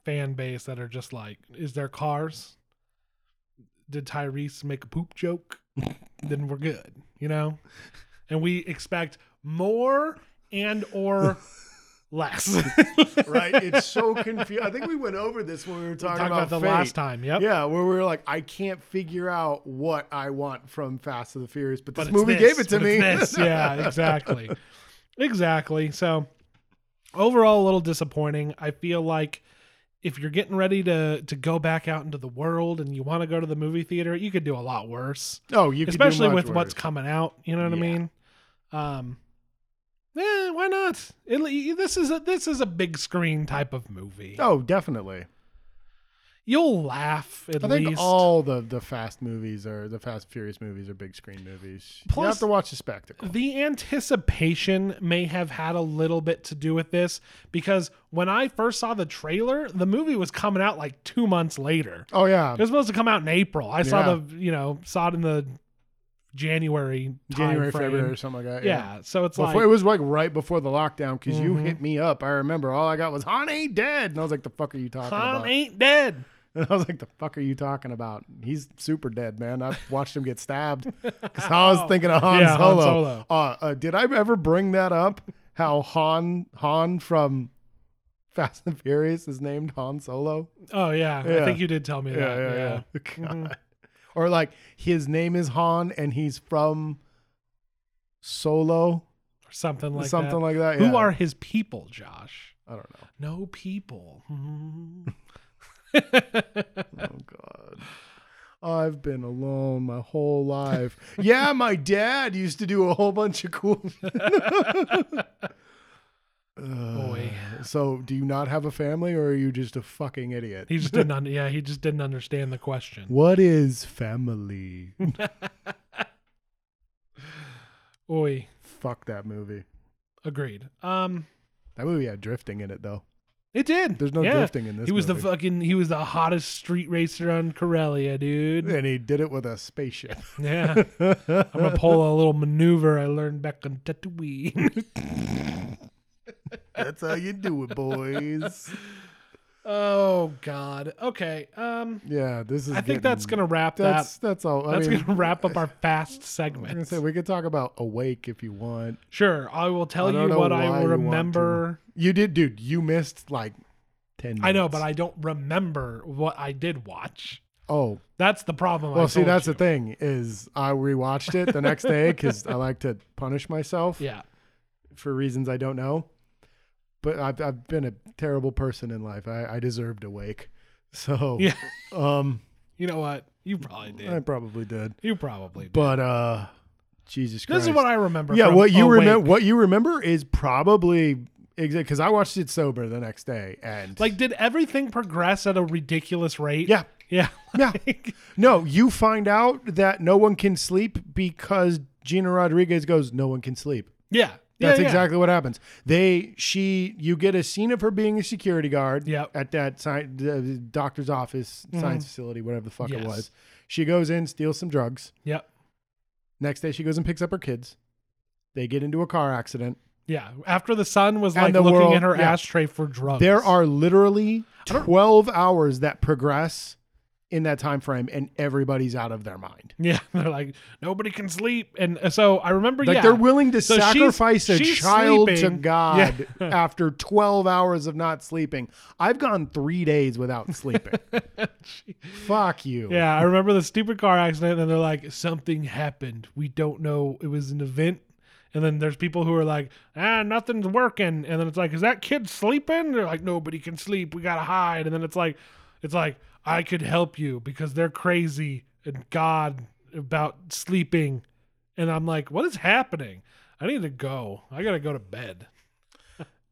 A: fan base that are just like, is there cars? Did Tyrese make a poop joke? then we're good, you know. And we expect more and or less.
B: right? It's so confusing. I think we went over this when we were talking
A: Talk
B: about,
A: about the
B: fate.
A: last time. Yep.
B: Yeah, where we were like, I can't figure out what I want from Fast and the Furious, but this
A: But it's
B: movie
A: this,
B: gave it to
A: but
B: me.
A: it's this. Yeah, exactly. exactly. So overall a little disappointing. I feel like if you're getting ready to to go back out into the world and you want to go to the movie theater, you could do a lot worse.
B: oh, you could do
A: especially
B: much
A: with what's
B: worse.
A: coming out, you know what I
B: Yeah.
A: mean? Um yeah, why not? It, this is a this is a big screen type of movie.
B: Oh, definitely.
A: You'll laugh at
B: I
A: least.
B: think all the the Fast movies are the Fast and Furious movies are big screen movies. you
A: Plus-
B: have to watch the spectacle.
A: The anticipation may have had a little bit to do with this because when I first saw the trailer, the movie was coming out like two months later.
B: Oh yeah,
A: It was supposed to come out in April. I saw
B: Yeah.
A: the, you know, saw it in the January, time
B: January,
A: frame.
B: February, or something like that.
A: Yeah. so it's
B: Before,
A: like
B: it was like right before the lockdown because you
A: Mhm.
B: hit me up. I remember all I got was Han ain't dead, and I was like, "The fuck are you talking
A: Tom
B: about?"
A: ain't dead.
B: And I was like, "The fuck are you talking about?" He's super dead, man. I watched him get stabbed because I was thinking of Han
A: Yeah, Han
B: Solo.
A: Solo.
B: Uh, uh, did I ever bring that up? How Han Han from Fast and Furious is named Han Solo?
A: Oh yeah, I
B: Yeah.
A: think you did tell me that. Yeah, Mm-hmm.
B: God. Or like his name is Han and he's from Solo,
A: or something like
B: something
A: that.
B: like that.
A: Who
B: yeah.
A: are his people, Josh?
B: I don't know.
A: No people. Hmm.
B: Oh God. I've been alone my whole life. yeah, my dad used to do a whole bunch of cool.
A: Boy,
B: Uh, so, do you not have a family, or are you just a fucking idiot?
A: he just didn't. Un- yeah, he just didn't understand the question.
B: What is family?
A: Oi,
B: Fuck that movie.
A: agreed. Um,
B: That movie had drifting in it though.
A: it did.
B: There's no
A: Yeah.
B: drifting in this.
A: He was
B: movie.
A: the fucking. He was the hottest street racer on Corellia, dude.
B: and he did it with a spaceship.
A: Yeah. I'm gonna pull a little maneuver I learned back on Tatooine.
B: That's how you do it, boys.
A: oh God. Okay. Um,
B: Yeah, this is.
A: I think that's
B: getting-
A: gonna wrap
B: That's that's all.
A: that.
B: I
A: That's
B: mean,
A: gonna wrap up our fast
B: I was gonna
A: segment.
B: say we could talk about awake if you want.
A: Sure, I will tell
B: I don't
A: you
B: know
A: what
B: why you
A: I
B: want
A: remember.
B: You did, dude. You missed like ten. Minutes.
A: I know, but I don't remember what I did watch.
B: oh
A: That's the problem. I
B: well, see
A: told
B: that's
A: you.
B: the thing is I rewatched it the next day because I like to punish myself
A: Yeah.
B: for reasons I don't know. But I've I've been a terrible person in life. I, I deserved awake, so
A: Yeah.
B: um
A: You know what? You probably did.
B: I probably did.
A: you probably did.
B: But uh, Jesus Christ,
A: This is what I remember.
B: yeah
A: from Oh,
B: what you remember
A: Awake.
B: what you remember is probably exact because I watched it sober the next day and
A: Like, did everything progress at a ridiculous rate?
B: yeah
A: Yeah.
B: yeah. No, you find out that no one can sleep because Gina Rodriguez goes, "No one can sleep."
A: yeah.
B: That's
A: yeah, yeah.
B: exactly what happens. They, she, you get a scene of her being a security guard
A: Yep.
B: at that sci- the doctor's office, science facility, whatever the fuck
A: Mm-hmm. Yes.
B: it was. She goes in, steals some drugs.
A: Yep.
B: Next day, she goes and picks up her kids. They get into a car accident.
A: Yeah. After the sun was
B: And
A: like
B: the
A: looking
B: world-
A: at her
B: yeah.
A: ashtray for drugs.
B: There are literally
A: Oh, I don't-
B: twelve hours that progress in that time frame, and everybody's out of their mind.
A: Yeah. They're like, nobody can sleep. And uh, so I remember,
B: Like
A: yeah.
B: they're willing to
A: So she's-
B: sacrifice a
A: she's
B: child
A: sleeping.
B: to God
A: Yeah.
B: after 12 hours of not sleeping. I've gone three days without sleeping. Fuck you.
A: Yeah, I remember the stupid car accident, and they're like, something happened. We don't know. It was an event. And then there's people who are like, ah, nothing's working. And then it's like, is that kid sleeping? They're like, nobody can sleep. We gotta hide. And then it's like, it's like, I could help you because they're crazy and God about sleeping. And I'm like, what is happening? I need to go. I gotta go to bed.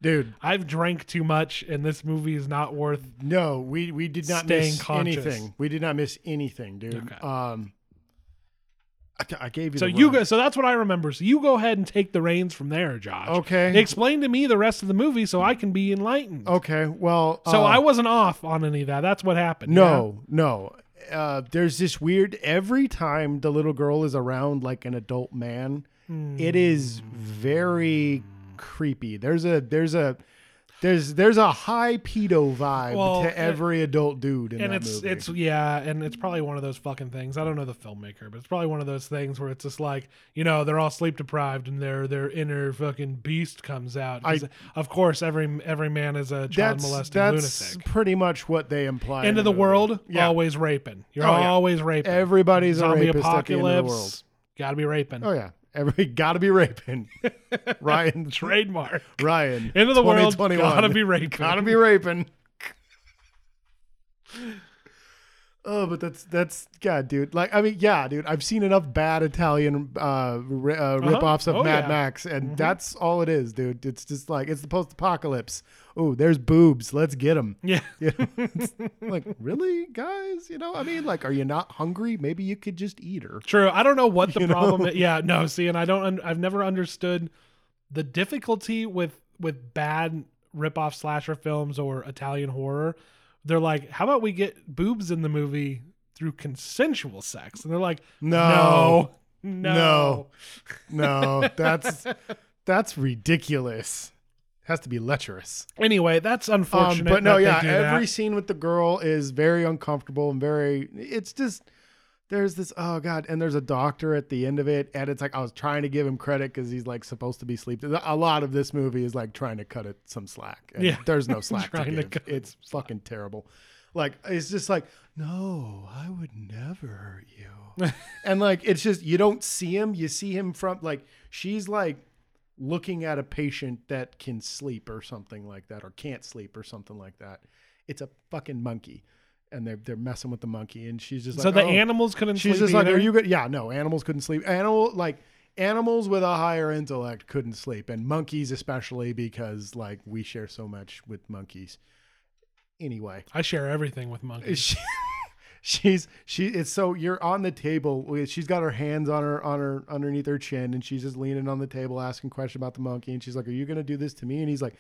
B: Dude,
A: I've drank too much, and this movie is not worth.
B: no, we, we did not
A: Staying
B: miss
A: conscious.
B: anything. We did not miss anything, dude.
A: Okay.
B: Um, I, I gave you
A: So
B: the
A: you
B: run.
A: go. So that's what I remember. So you go ahead and take the reins from there, Josh.
B: Okay. Oh.
A: Explain to me the rest of the movie so I can be enlightened.
B: okay. Well,
A: So
B: uh,
A: I wasn't off on any of that. That's what happened.
B: No, no. Uh, there's this weird. Every time the little girl is around, like an adult man,
A: Hmm.
B: it is very creepy. There's a there's a there's there's a high pedo vibe
A: Well,
B: to every adult dude in
A: yeah? And
B: that
A: it's
B: movie.
A: it's yeah, and it's probably one of those fucking things. I don't know the filmmaker, but it's probably one of those things where it's just like you know they're all sleep deprived and their their inner fucking beast comes out. 'Cause
B: I-
A: of course, every every man is a child
B: that's
A: molesting
B: that's
A: lunatic.
B: pretty much what they imply.
A: End
B: in
A: of the
B: movie.
A: world,
B: Yeah,
A: always raping. You're
B: Oh, yeah.
A: always raping.
B: everybody's a
A: Zombie
B: rapist at the end of the world.
A: apocalypse. Gotta be raping.
B: Oh yeah, every gotta be raping. Ryan,
A: Trademark.
B: Ryan,
A: End of the world.
B: 2021.
A: Gotta be raping.
B: gotta be raping. oh, but that's that's God, dude. Like, I mean, yeah, dude. I've seen enough bad Italian uh, ri- uh, ripoffs of
A: Oh,
B: Mad
A: yeah.
B: Max, and that's all it is, dude. It's just like it's the post-apocalypse. Oh, there's boobs. Let's get them.
A: Yeah.
B: like, really, guys? You know, I mean, like, are you not hungry? Maybe you could just eat her.
A: True. I don't know what the
B: You know?
A: problem is. Yeah, no, see, and I don't un- I've never understood the difficulty with with bad rip-off slasher films or Italian horror. They're like, "How about we get boobs in the movie through consensual sex?" And they're like, "No." No.
B: No, that's that's ridiculous. Has to be lecherous.
A: Anyway, that's
B: Um,
A: unfortunate.
B: but no,
A: that they
B: yeah,
A: do that.
B: every scene with the girl is very uncomfortable and very. It's just there's this oh god, and there's a doctor at the end of it, and it's like I was trying to give him credit because he's like supposed to be sleeping. A lot of this movie is like trying to cut it some slack. and
A: Yeah.
B: there's no slack. to
A: Trying to
B: give.
A: cut it
B: it's fucking terrible. Like it's just like no, I would never hurt you, and like it's just you don't see him. You see him from like she's like looking at a patient that can sleep or something like that or can't sleep or something like that. It's a fucking monkey. And they're they're messing with the monkey and she's just
A: so
B: like
A: the
B: "Oh."
A: animals couldn't
B: She's
A: sleep
B: just like,
A: either?
B: Are you good? Yeah, no, animals couldn't sleep. Animal like animals with a higher intellect couldn't sleep. And monkeys especially because like we share so much with monkeys. Anyway.
A: I share everything with monkeys.
B: She, she's she it's so you're on the table she's got her hands on her on her underneath her chin and she's just leaning on the table asking questions about the monkey and she's like are you gonna do this to me and he's like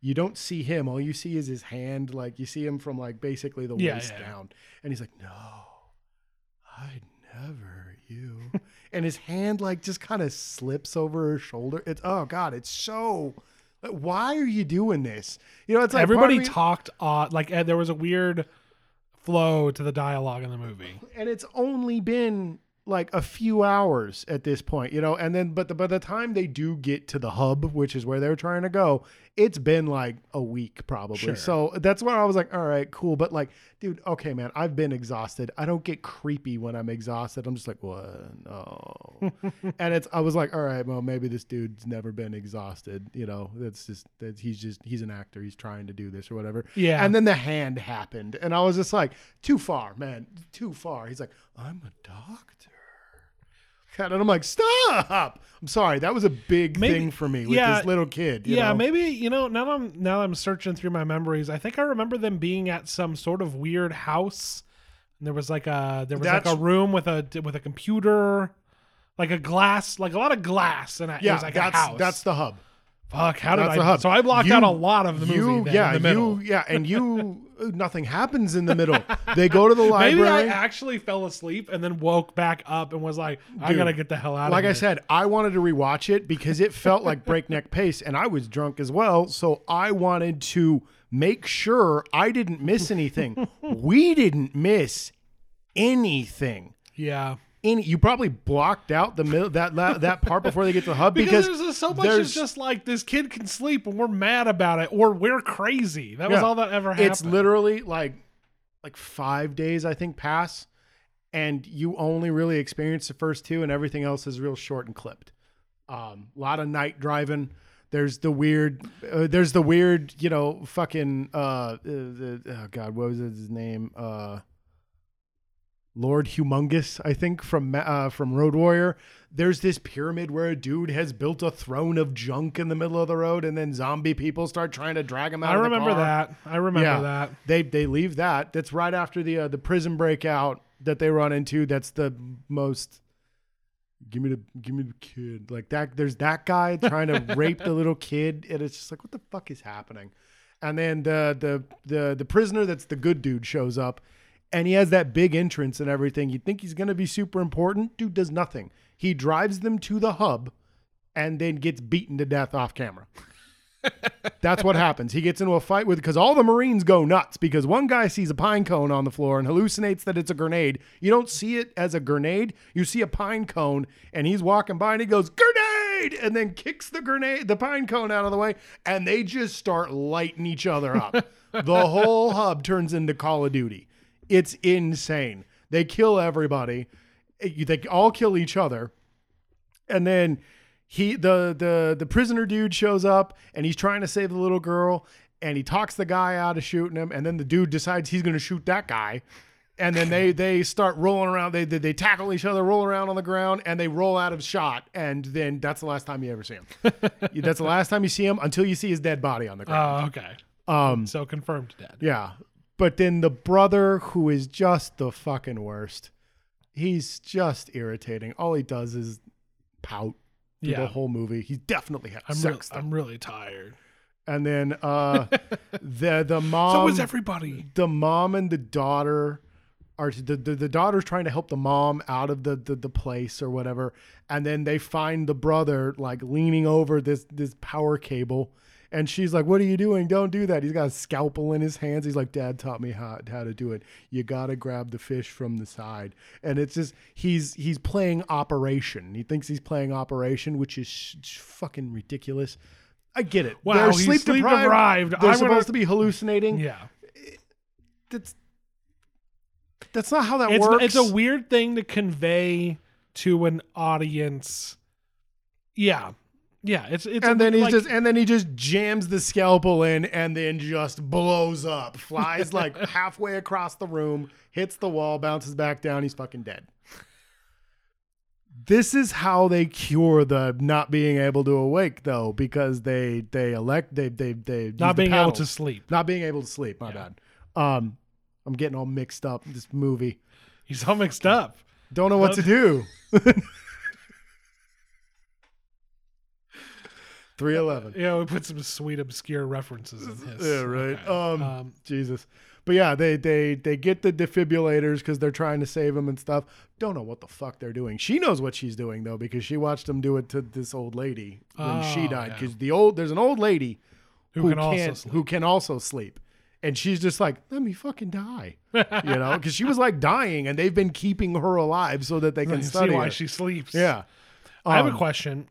B: you don't see him all you see is his hand like you see him from like basically the
A: Yeah,
B: waist
A: yeah, yeah.
B: down and he's like no i'd never hurt you and his hand like just kind of slips over her shoulder it's oh god it's so like, why are you doing this you know it's like part
A: Everybody
B: of me-
A: talked odd. Like eh, there was a weird flow to the dialogue in the movie.
B: and it's only been like a few hours at this point, you know. And then, but the, by the time they do get to the hub, which is where they're trying to go, it's been like a week probably.
A: Sure.
B: So that's where I was like, all right, cool. But like, dude, okay, man, I've been exhausted. I don't get creepy when I'm exhausted. I'm just like, what? No. and it's, I was like, all right, well, maybe this dude's never been exhausted. You know, that's just that he's just he's an actor. He's trying to do this or whatever.
A: Yeah.
B: And then the hand happened. And I was just like, too far, man, too far. He's like, I'm a doctor. God, and I'm like, stop. I'm sorry. That was a big
A: Maybe-
B: thing for me with
A: yeah.
B: this little kid. you
A: yeah,
B: know?
A: maybe you know. Now I'm now I'm searching through my memories. I think I remember them being at some sort of weird house. And there was like a there was like
B: That's-
A: a room with a with a computer, like a glass, like a lot of glass, and I, it
B: Yeah,
A: was like
B: that's,
A: a house.
B: that's the hub.
A: fuck. How did
B: that's
A: I?
B: the hub.
A: So I blocked
B: You-
A: out a lot of the movie.
B: You,
A: then,
B: yeah,
A: in the middle.
B: you, yeah, and you, uh, nothing happens in the middle. They go to the library.
A: Maybe I actually fell asleep and then woke back up and was like, I
B: Dude,
A: gotta get the hell out
B: like
A: of here.
B: I said, I wanted to rewatch it because it felt like breakneck pace, and I was drunk as well. So I wanted to make sure I didn't miss anything. we didn't miss anything.
A: Yeah.
B: Any, you probably blocked out the middle that that, that part before they get to the hub
A: Because,
B: because,
A: there's so much is
B: there's-
A: just like this kid can sleep and we're mad about it or we're crazy. That was
B: Yeah.
A: all that ever happened.
B: It's literally like like five days, I think, pass, and you only really experience the first two, and everything else is real short and clipped. Um, a lot of night driving. There's the weird. Uh, there's the weird. You know, fucking. Uh, uh, the, oh God, what was his name? Uh, Lord Humongous, I think from Ma- uh, from Road Warrior. There's this pyramid where a dude has built a throne of junk in the middle of the road, and then zombie people start trying to drag him out.
A: I
B: of the
A: remember
B: car.
A: that. I remember that.
B: They they leave that. That's right after the uh, the prison breakout that they run into. That's the most. Give me the give me the kid like that. There's that guy trying to rape the little kid, and it's just like what the fuck is happening. And then the the the the prisoner that's the good dude shows up, and he has that big entrance and everything. You think he's gonna be super important? Dude does nothing. He drives them to the hub, and then gets beaten to death off camera. That's what happens. He gets into a fight with because all the Marines go nuts because one guy sees a pine cone on the floor and hallucinates that it's a grenade. You don't see it as a grenade. You see a pine cone and he's walking by and he goes grenade and then kicks the grenade, the pine cone out of the way, and they just start lighting each other up. the whole hub turns into Call of Duty. It's insane. They kill everybody. They all kill each other and then he the the the prisoner dude shows up and he's trying to save the little girl and he talks the guy out of shooting him and then the dude decides he's going to shoot that guy and then they they start rolling around they, they they tackle each other roll around on the ground and they roll out of shot and then that's the last time you ever see him that's the last time you see him until you see his dead body on the ground
A: Oh, okay.
B: um
A: So confirmed dead.
B: yeah. But then the brother who is just the fucking worst. He's just irritating. All he does is pout through
A: Yeah.
B: the whole movie. He's definitely had
A: I'm, real
B: sex. though.
A: I'm really tired.
B: and then uh the the
A: So
B: mom
A: Um, is everybody.
B: the mom and the daughter are the, the the daughter's trying to help the mom out of the, the the place or whatever, and then they find the brother like leaning over this this power cable, and she's like, "What are you doing? Don't do that." He's got a scalpel in his hands. He's like, "Dad taught me how how to do it. You gotta grab the fish from the side." And it's just he's he's playing Operation. He thinks he's playing Operation, which is sh- sh- fucking ridiculous. I get it.
A: Wow,
B: They're
A: he's sleep-deprived.
B: They're
A: I'm gonna-
B: supposed to be hallucinating.
A: Yeah.
B: That's that's not how that
A: it's,
B: works.
A: it's a weird thing to convey to an audience. Yeah. Yeah. It's, it's,
B: and then he's
A: like-
B: just and then he just jams the scalpel in and then just blows up flies like halfway across the room hits the wall bounces back down he's fucking dead this is how they cure the not being able to awake though because they they elect they they they use the
A: not being able
B: paddles.
A: to sleep.
B: not being able to sleep my
A: Yeah.
B: bad um i'm getting all mixed up this movie
A: He's all mixed up.
B: don't know what to do 311
A: Yeah, we put some sweet obscure references in his.
B: Yeah, right.
A: Okay.
B: Um,
A: Um,
B: Jesus. But yeah, they they they get the defibrillators because they're trying to save him and stuff. Don't know what the fuck they're doing. She knows what she's doing though because she watched them do it to this old lady when she
A: Oh,
B: died.
A: yeah.
B: Because the old there's an old lady
A: Who can also sleep.
B: who can also sleep, and she's just like let me fucking die, you know? Because she was like dying, and they've been keeping her alive so that they
A: I
B: can
A: can
B: study
A: see why
B: her.
A: she sleeps.
B: yeah.
A: I have a
B: Um,
A: question.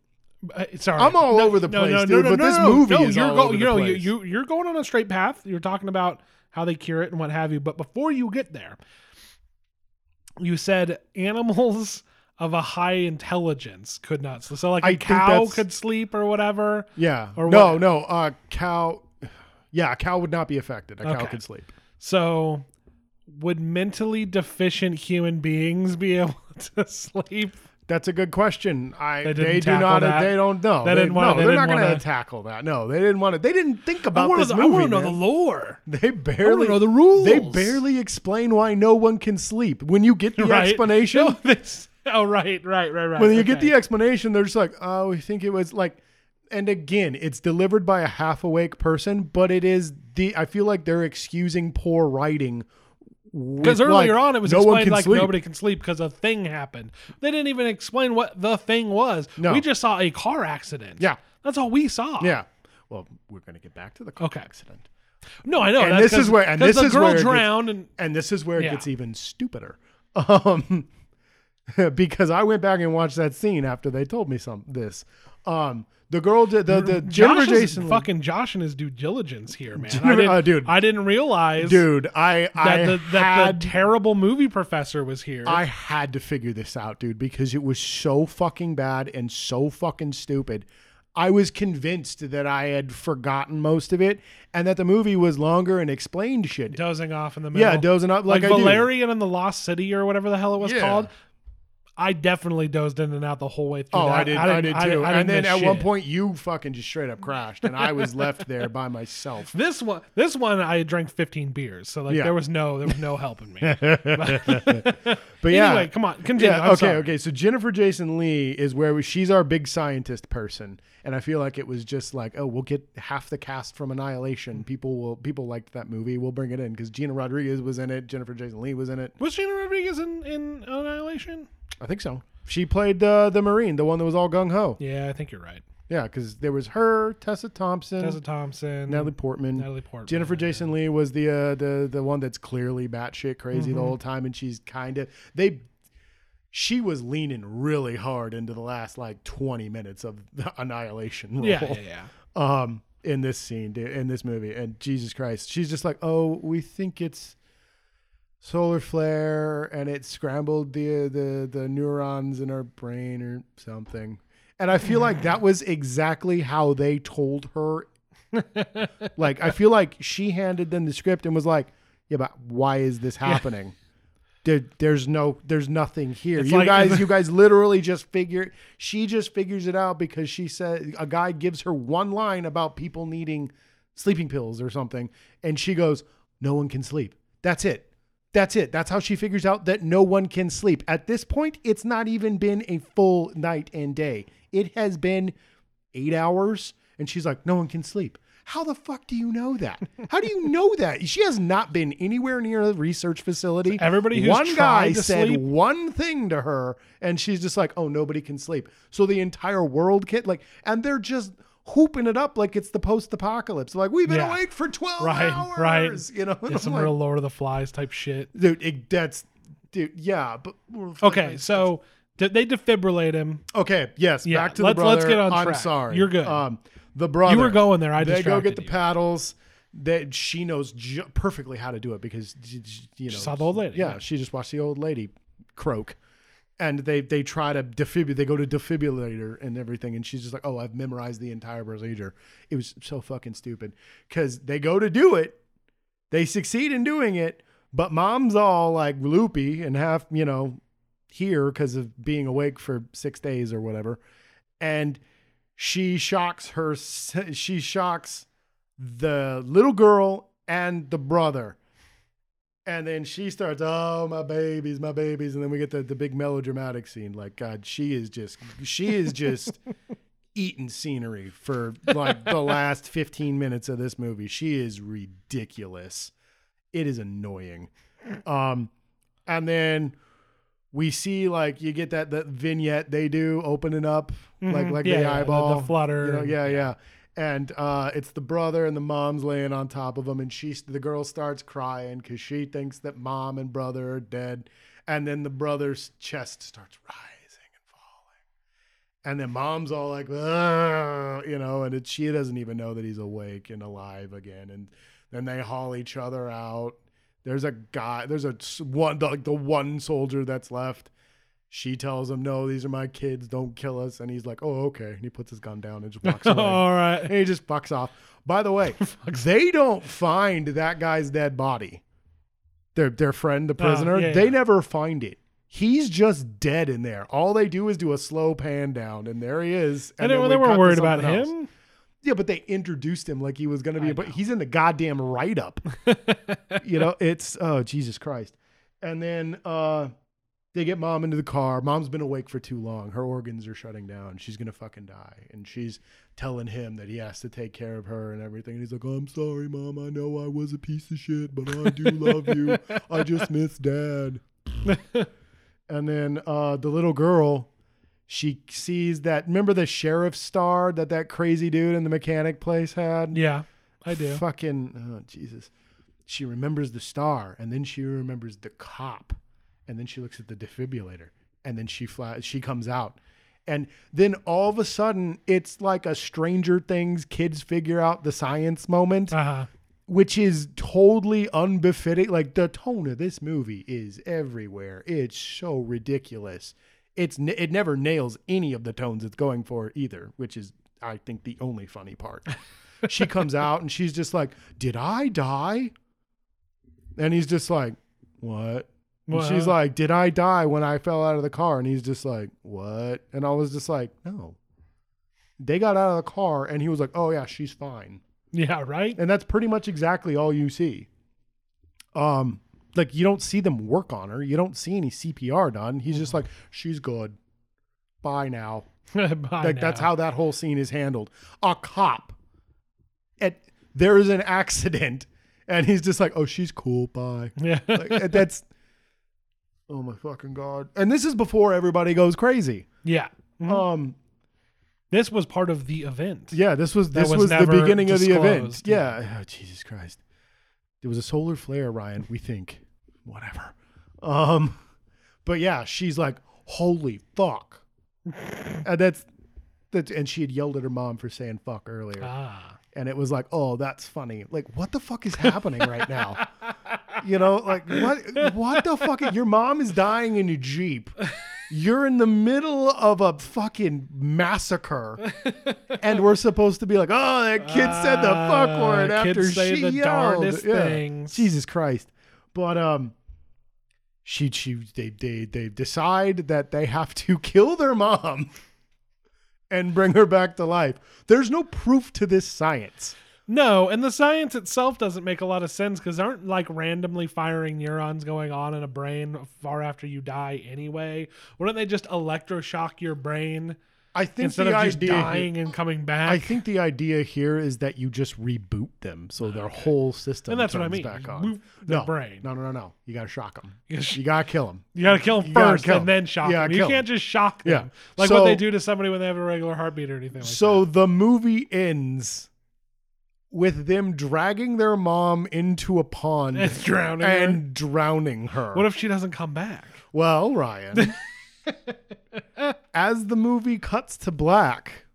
A: Uh, Sorry,
B: I'm all over the place, dude, but this movie is
A: you're
B: all over the
A: you know,
B: place.
A: You, you, are going on a straight path. You're talking about how they cure it and what have you. But before you get there, you said animals of a high intelligence could not sleep. So, like a
B: I think
A: cow
B: that's-
A: could sleep or whatever.
B: Yeah.
A: Or
B: no,
A: what-
B: no. Uh, cow. Yeah, a cow would not be affected. A cow
A: Okay.
B: could sleep.
A: So, would mentally deficient human beings be able to sleep?
B: That's a good question. I
A: They
B: they,
A: didn't
B: do
A: tackle
B: not.
A: that.
B: They don't know.
A: They didn't wanna-
B: No,
A: they
B: they're
A: didn't
B: not going
A: wanna-
B: to tackle that. No, they didn't want to. They didn't think about
A: wanna
B: this
A: know-
B: movie.
A: wanna know
B: man.
A: the lore.
B: they barely
A: I want to know the rules.
B: They barely explain why no one can sleep. When you get the
A: Right?
B: explanation,
A: No, this- oh, right, right, right, right.
B: when you get
A: okay.
B: the explanation, they're just like, "Oh, we think it was like." And again, it's delivered by a half awake person, but it is the. I feel like they're excusing poor writing.
A: Because
B: Because
A: earlier on, it was
B: no one
A: explained
B: can
A: like
B: sleep.
A: nobody can sleep because a thing happened. They didn't even explain what the thing was.
B: No.
A: We just saw a car accident.
B: Yeah.
A: That's all we saw.
B: Yeah. Well, we're gonna get back to the car
A: Okay.
B: accident.
A: No, I know.
B: And
A: that's
B: this
A: 'cause-
B: is where- and
A: 'cause
B: this
A: the
B: is
A: girl
B: where it gets-
A: drowned and
B: and this is where it
A: Yeah.
B: gets even stupider um because i went back and watched that scene after they told me some this um the girl did the, the jennifer
A: Josh is
B: jason Leigh-
A: fucking Josh and his due diligence here, man. I
B: Jennifer-
A: didn't,
B: oh, dude.
A: I didn't realize
B: dude i
A: that,
B: i
A: the, that
B: had
A: the terrible movie professor was here.
B: I had to figure this out, dude, because it was so fucking bad and so fucking stupid. I was convinced that I had forgotten most of it and that the movie was longer and explained shit.
A: dozing off in the middle.
B: Yeah, dozing up
A: like,
B: like, I do.
A: Valerian and the Lost City or whatever the hell it was
B: Yeah.
A: called. I definitely dozed in and out the whole way through.
B: Oh,
A: that.
B: I did. I, did too.
A: I didn't
B: and then
A: miss
B: at one
A: shit.
B: point, you fucking just straight up crashed, and I was left there by myself.
A: This one, this one, I drank 15 beers, so like
B: Yeah.
A: there was no, there was no helping me.
B: But yeah,
A: Anyway, come on, continue.
B: yeah.
A: I'm
B: okay,
A: sorry.
B: okay. So Jennifer Jason Lee is where we, she's our big scientist person, and I feel like it was just like, oh, we'll get half the cast from Annihilation. People will people liked that movie. We'll bring it in because Gina Rodriguez was in it. Jennifer Jason Lee was in it.
A: Was Gina Rodriguez in, in Annihilation?
B: I think so. She played the the Marine, the one that was all gung ho.
A: Yeah, I think you're right.
B: Yeah, because there was her, Tessa Thompson,
A: Tessa Thompson,
B: Mm. Natalie Portman.
A: Natalie Portman,
B: Jennifer Jason Lee was the uh, the the one that's clearly batshit crazy the whole time, and she's kind of they. She was leaning really hard into the last like twenty minutes of the annihilation role.
A: Yeah, yeah, yeah.
B: Um, in this scene, dude, in this movie, and Jesus Christ, she's just like, oh, we think it's solar flare, and it scrambled the the the neurons in our brain or something. And I feel like that was exactly how they told her like I feel like she handed them the script and was like, "Yeah, but why is this happening? There, there's no, there's nothing here.
A: It's
B: you
A: like-
B: guys, you guys literally just figure. She just figures it out because she said a guy gives her one line about people needing sleeping pills or something, and she goes, "No one can sleep. That's it." That's it. That's how she figures out that no one can sleep. At this point, it's not even been a full night and day. It has been eight hours. And she's like, no one can sleep. How the fuck do you know that? How do you know that? She has not been anywhere near a research facility.
A: Everybody who's
B: one guy
A: tried to
B: said
A: sleep-
B: one thing to her, and she's just like, "Oh, nobody can sleep." So the entire world can like, and they're just hooping it up like it's the post-apocalypse. Like we've been
A: Yeah.
B: awake for twelve
A: Right,
B: hours,
A: right.
B: You know,
A: Yeah,
B: And I'm
A: some
B: like,
A: real Lord of the Flies type shit.
B: dude, it, that's dude, yeah, but
A: Okay, so d- they defibrillate him.
B: Okay, yes.
A: Yeah,
B: back to
A: let's-
B: the
A: let's
B: brother.
A: get on
B: I'm
A: track.
B: sorry.
A: You're good.
B: Um, the brother.
A: You were going there. I
B: They go
A: distracted
B: get the
A: you.
B: paddles. That she knows ju- perfectly how to do it because j- j- you know
A: saw the old lady,
B: Yeah,
A: yeah.
B: she just watched the old lady croak, and they they try to defibrillate. They go to defibrillator and everything, and she's just like, "Oh, I've memorized the entire procedure." It was so fucking stupid because they go to do it, they succeed in doing it, but mom's all like loopy and half you know here because of being awake for six days or whatever. And she shocks her, she shocks the little girl and the brother. And then she starts, oh, my babies, my babies. And then we get the, the big melodramatic scene. Like, God, she is just, she is just eating scenery for like the last 15 minutes of this movie. She is ridiculous. It is annoying. Um, and then we see like you get that that vignette they do opening up like
A: Mhm.
B: like
A: Yeah,
B: the
A: yeah, the- the
B: eyeball
A: flutter
B: you know,
A: and-
B: yeah yeah and uh it's the brother and the mom's laying on top of him and she the girl starts crying because she thinks that mom and brother are dead and then the brother's chest starts rising and falling and then mom's all like "Ugh," you know and it, she doesn't even know that he's awake and alive again and then they haul each other out there's a guy there's a s- one the, like the one soldier that's left she tells him no these are my kids don't kill us and he's like oh okay and he puts his gun down and just walks away
A: All
B: and
A: right.
B: he just fucks off by the way they don't find that guy's dead body their their friend the
A: Ah,
B: prisoner
A: yeah,
B: they
A: yeah.
B: never find it he's just dead in there all they do is do a slow pan down and there he is
A: And,
B: then
A: they,
B: we
A: they
B: cut
A: weren't
B: to
A: worried about
B: something else.
A: him.
B: Yeah, but they introduced him like he was going to
A: I
B: be, but
A: know.
B: he's in the goddamn write up. you know, it's oh Jesus Christ. And then uh they get mom into the car. Mom's been awake for too long. Her organs are shutting down. She's going to fucking die. And she's telling him that he has to take care of her and everything. And he's like, "I'm sorry, mom. I know I was a piece of shit, but I do love you. I just miss dad." and then uh the little girl she sees that remember the sheriff's star that that crazy dude in the mechanic place had
A: Yeah, I do.
B: fucking oh jesus she remembers the star and then she remembers the cop and then she looks at the defibrillator and then she flies she comes out and then all of a sudden it's like a stranger things kids figure out the science moment
A: Uh huh.
B: which is totally unbefitting. Like the tone of this movie is everywhere. It's so ridiculous. It's n- it never nails any of the tones it's going for either, which is I think the only funny part. she comes out and she's just like, "Did I die?" And he's just like, "What?" And she's
A: Well,
B: like, "Did I die when I fell out of the car?" And he's just like, "What?" And I was just like, "No." They got out of the car and he was like, "Oh yeah, she's fine."
A: yeah, right.
B: and that's pretty much exactly all you see. Um, like you don't see them work on her. You don't see any CPR done. He's just like, she's good. Bye now.
A: By
B: like that's
A: now.
B: how that whole scene is handled. A cop, at there is an accident, and he's just like, oh, she's cool. Bye.
A: Yeah.
B: Like, that's. Oh my fucking god! And this is before everybody goes crazy.
A: yeah.
B: Um,
A: This was part of the event.
B: Yeah, this was
A: That
B: this
A: was
B: was, the
A: never
B: beginning of the event.
A: disclosed.
B: Yeah. Oh, Jesus Christ. There was a solar flare, Ryan, we think. Whatever. Um but yeah, she's like, "Holy fuck." and that's that's and she had yelled at her mom for saying fuck earlier.
A: Ah.
B: and it was like, "Oh, that's funny." Like, what the fuck is happening right now? You know, like what what the fuck your mom is dying in a Jeep. You're in the middle of a fucking massacre and we're supposed to be like, oh, that kid said the fuck
A: Ah,
B: word
A: kids
B: after
A: say
B: she
A: the
B: yelled.
A: darndest
B: Yeah.
A: things.
B: Jesus Christ! But um, she she they they they decide that they have to kill their mom and bring her back to life. There's no proof to this science.
A: No, and the science itself doesn't make a lot of sense because aren't like randomly firing neurons going on in a brain far after you die anyway? Wouldn't they just electroshock your brain
B: I think
A: instead
B: the
A: of just
B: idea here-
A: dying and coming back.
B: I think the idea here is that you just reboot them, so their whole system
A: and that's what I
B: turns
A: mean.
B: back on.
A: Move their
B: no,
A: brain.
B: No, no, no, no. You gotta shock them.
A: You
B: You gotta kill them.
A: gotta kill them
B: You gotta
A: first
B: kill
A: and
B: 'em.
A: then shock
B: Yeah,
A: them. You
B: kill
A: can't just shock them.
B: Yeah.
A: Like what they
B: So-
A: do to somebody when they have a regular heartbeat or anything like
B: so the movie ends with them dragging their mom into a pond
A: that. It's drowning. her.
B: and drowning her.
A: what if she doesn't come back?
B: well, Ryan, as the movie cuts to black,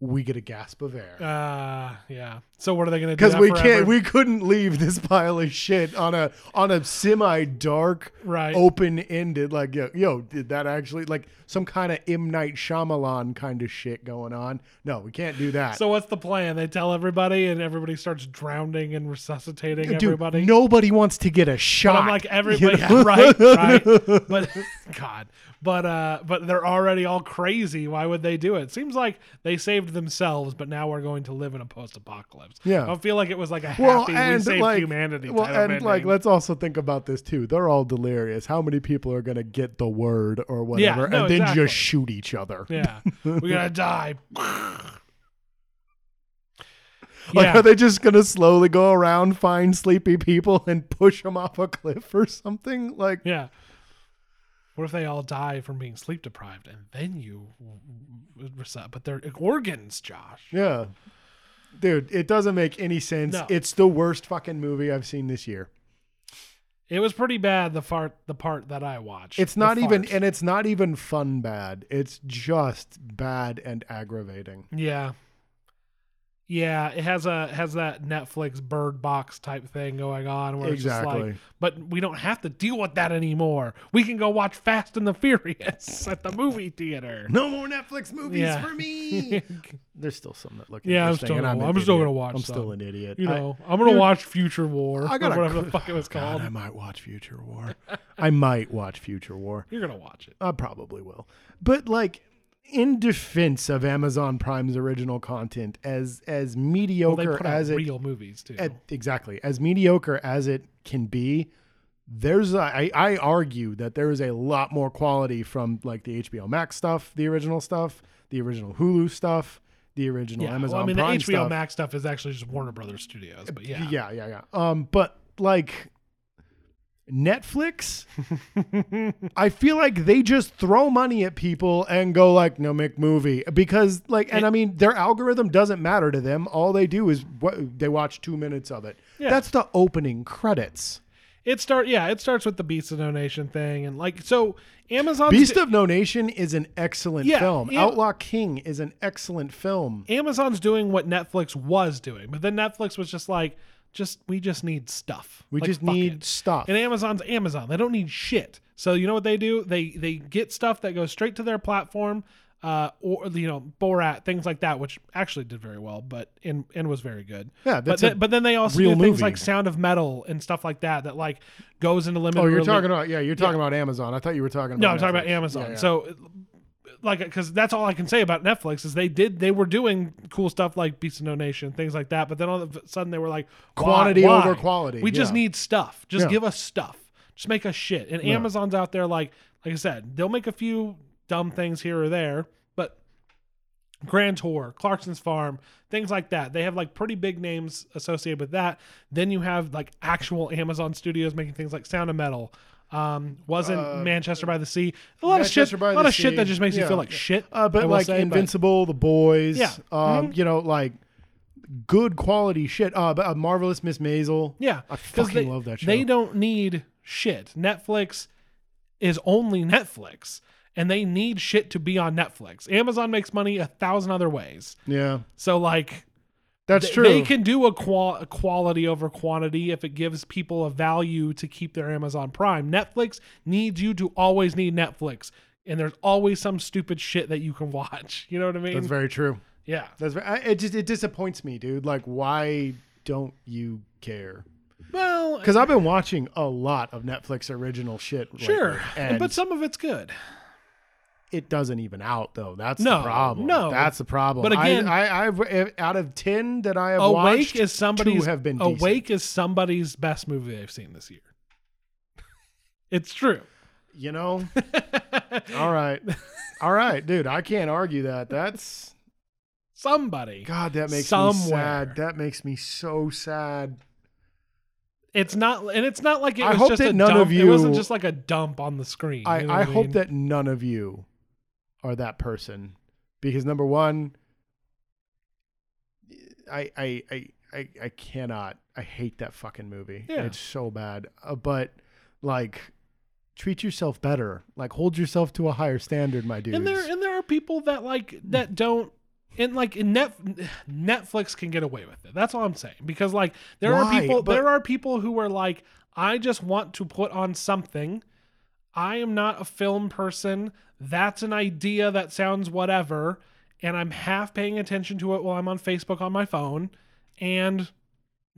B: we get a gasp of air.
A: Uh yeah. So what are they gonna do?
B: because
A: that
B: we
A: forever?
B: can't we couldn't leave this pile of shit on a on a semi dark
A: right.
B: open ended like yo, yo did that actually like some kind of M Night Shyamalan kind of shit going on no we can't do that
A: So what's the plan? They tell everybody, and everybody starts drowning and resuscitating
B: Dude,
A: everybody.
B: nobody wants to get a shot
A: But I'm like everybody,
B: you know?
A: right? Right. But God, but uh, but they're already all crazy. Why would they do it? Seems like they saved themselves, but now we're going to live in a post-apocalypse.
B: Yeah.
A: I don't feel like it was like a happy
B: well
A: we
B: and
A: saved
B: like
A: humanity.
B: well
A: type
B: and
A: of
B: like
A: ending.
B: let's also think about this too they're all delirious how many people are gonna get the word or whatever
A: no,
B: and then
A: exactly.
B: just shoot each other
A: yeah, we gotta die.
B: Like,
A: yeah.
B: are they just gonna slowly go around, find sleepy people, and push them off a cliff or something? Like,
A: Yeah. What if they all die from being sleep deprived and then you w- w- reset? But they're organs, Josh.
B: yeah, dude, it doesn't make any sense.
A: No.
B: It's the worst fucking movie I've seen this year.
A: It was pretty bad. The fart, the part that I watched.
B: It's
A: The
B: not even,
A: fart.
B: and it's not even fun bad. It's just bad and aggravating.
A: yeah. Yeah, it has a has that Netflix bird box type thing going on where it's just like,
B: Exactly.
A: but we don't have to deal with that anymore. We can go watch Fast and the Furious at the movie theater.
B: No more Netflix movies
A: Yeah.
B: for me. There's still some that look.
A: Yeah, I'm
B: interesting,
A: still
B: and
A: gonna-
B: an
A: I'm still
B: idiot.
A: gonna watch
B: I'm
A: some.
B: still an idiot.
A: you
B: I-
A: know, I, am gonna
B: dude,
A: watch Future War
B: I
A: or
B: gotta
A: whatever
B: cl-
A: the fuck it was
B: God,
A: called.
B: I might watch Future War. I might watch Future War.
A: You're gonna watch it.
B: I probably will. But like in defense of Amazon Prime's original content as as
A: Well, they
B: mediocre
A: put out
B: as it
A: real movies too.
B: at- exactly as mediocre as it can be there's a, I, I argue that there is a lot more quality from like the HBO Max stuff, the original stuff, the original Hulu stuff, the original
A: yeah,
B: Amazon
A: well, I mean
B: Prime
A: the HBO
B: stuff.
A: Max stuff is actually just Warner Brothers Studios, but yeah,
B: yeah, yeah, yeah. Um, but like Netflix, I feel like they just throw money at people and go like, "No, make movie," because like, and I mean, their algorithm doesn't matter to them. All they do is what they watch two minutes of it.
A: Yeah.
B: That's the opening credits.
A: it start yeah it starts with the Beast of No Nation thing and like so Amazon
B: Beast of No Nation is an excellent
A: Yeah,
B: film.
A: yeah.
B: Outlaw King is an excellent film.
A: Amazon's doing what Netflix was doing, but then Netflix was just like, just we just need stuff.
B: We
A: Like,
B: just
A: fuck
B: need
A: it.
B: stuff.
A: And Amazon's Amazon. They don't need shit. So you know what they do? They they get stuff that goes straight to their platform, uh, or you know Borat things like that, which actually did very well, but and and was very good.
B: Yeah,
A: but
B: that's
A: then,
B: a
A: but then they also do
B: real
A: things
B: movie.
A: like Sound of Metal and stuff like that that like goes into limited.
B: Oh, you're
A: release.
B: talking about yeah, you're talking about Amazon. I thought you were talking. about
A: No, I'm talking
B: Netflix.
A: about Amazon.
B: Yeah, yeah.
A: So, like, because that's all I can say about Netflix is they did they were doing cool stuff like Beast of No Nation, things like that. But then all of a sudden they were like, why-
B: Quantity
A: why?
B: over quality,
A: We just
B: yeah.
A: need stuff. Just
B: Yeah.
A: give us stuff. Just make us shit. And Amazon's out there like like I said, they'll make a few dumb things here or there, but Grand Tour, Clarkson's Farm, things like that. They have like pretty big names associated with that. Then you have like actual Amazon studios making things like Sound of Metal. Um, wasn't Manchester by the Sea a lot of
B: Uh, Manchester
A: shit?
B: by
A: A lot
B: the
A: of shit that
B: Sea,
A: just makes you
B: yeah.
A: feel like shit.
B: Uh,
A: I
B: but
A: will
B: like
A: say, but-
B: Invincible, The Boys,
A: Yeah. Mm-hmm.
B: um, you know, like good quality shit. Uh, but, uh, Marvelous Miss Maisel.
A: yeah,
B: I
A: 'cause
B: fucking
A: they,
B: love that show.
A: They don't need shit. Netflix is only Netflix, and they need shit to be on Netflix. Amazon makes money a thousand other ways.
B: yeah,
A: So like
B: that's
A: Th-
B: true.
A: They can do a, qual- a quality over quantity if it gives people a value to keep their Amazon Prime. Netflix needs you to always need Netflix, and there's always some stupid shit that you can watch. You know what I mean?
B: that's very true.
A: yeah.
B: That's very, I, it. Just it disappoints me, dude. Like, why don't you care?
A: Well,
B: Because I've been watching a lot of Netflix original shit. lately,
A: sure,
B: and
A: but some of it's good.
B: it doesn't even out though. That's
A: No,
B: the problem.
A: no.
B: that's the problem.
A: But again-
B: I, I, I've out of ten that I have
A: Awake
B: watched,
A: is somebody's
B: two have been decent.
A: Awake is somebody's best movie I've seen this year. it's true.
B: You know, all right. All right, dude. I can't argue that. That's
A: Somebody.
B: God. That makes me
A: Somewhere.
B: sad. That makes me so sad.
A: It's not, and it's not like it
B: I
A: was
B: hope
A: just
B: that
A: a
B: none
A: dump.
B: of
A: It wasn't
B: you-
A: just like a dump on the screen.
B: I,
A: you know
B: I
A: what
B: hope
A: mean?
B: that none of you are that person because number one, I I I I, I cannot. I hate that fucking movie.
A: Yeah.
B: It's so bad. Uh, but like, treat yourself better. Like, hold yourself to a higher standard, my dude.
A: and there and there are people that like that don't and like in net netflix can get away with it that's all i'm saying because like there are
B: Why?
A: people
B: But-
A: there are people who are like i just want to put on something i am not a film person that's an idea that sounds whatever and i'm half paying attention to it while i'm on facebook on my phone and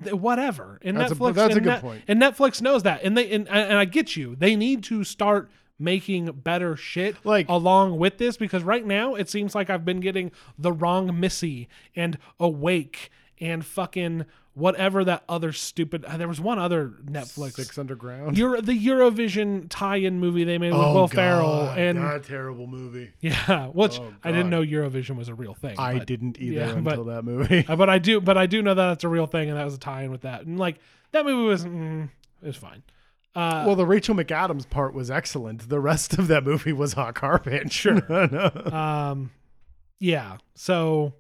A: th- whatever and
B: That's a-
A: netflix
B: that's a
A: and
B: good
A: Net-
B: point.
A: and netflix knows that and they and, and i get you they need to start making better shit
B: Like-
A: along with this because right now it seems like I've been getting the wrong Missy and Awake and fucking whatever that other stupid. uh, There was one other Netflix.
B: Six Underground.
A: Euro, the Eurovision tie-in movie they made with Will Ferrell
B: Oh, God,
A: and
B: that terrible movie.
A: yeah, which
B: Oh,
A: I didn't
B: God.
A: know Eurovision was a real thing.
B: I
A: but,
B: didn't either
A: yeah, but-
B: until that movie.
A: uh, but I do, but I do know that that's a real thing, and that was a tie-in with that. And like that movie was, mm, it was fine. Uh,
B: well, the Rachel McAdams part was excellent. The rest of that movie was hot carpet.
A: Sure.
B: No.
A: um yeah so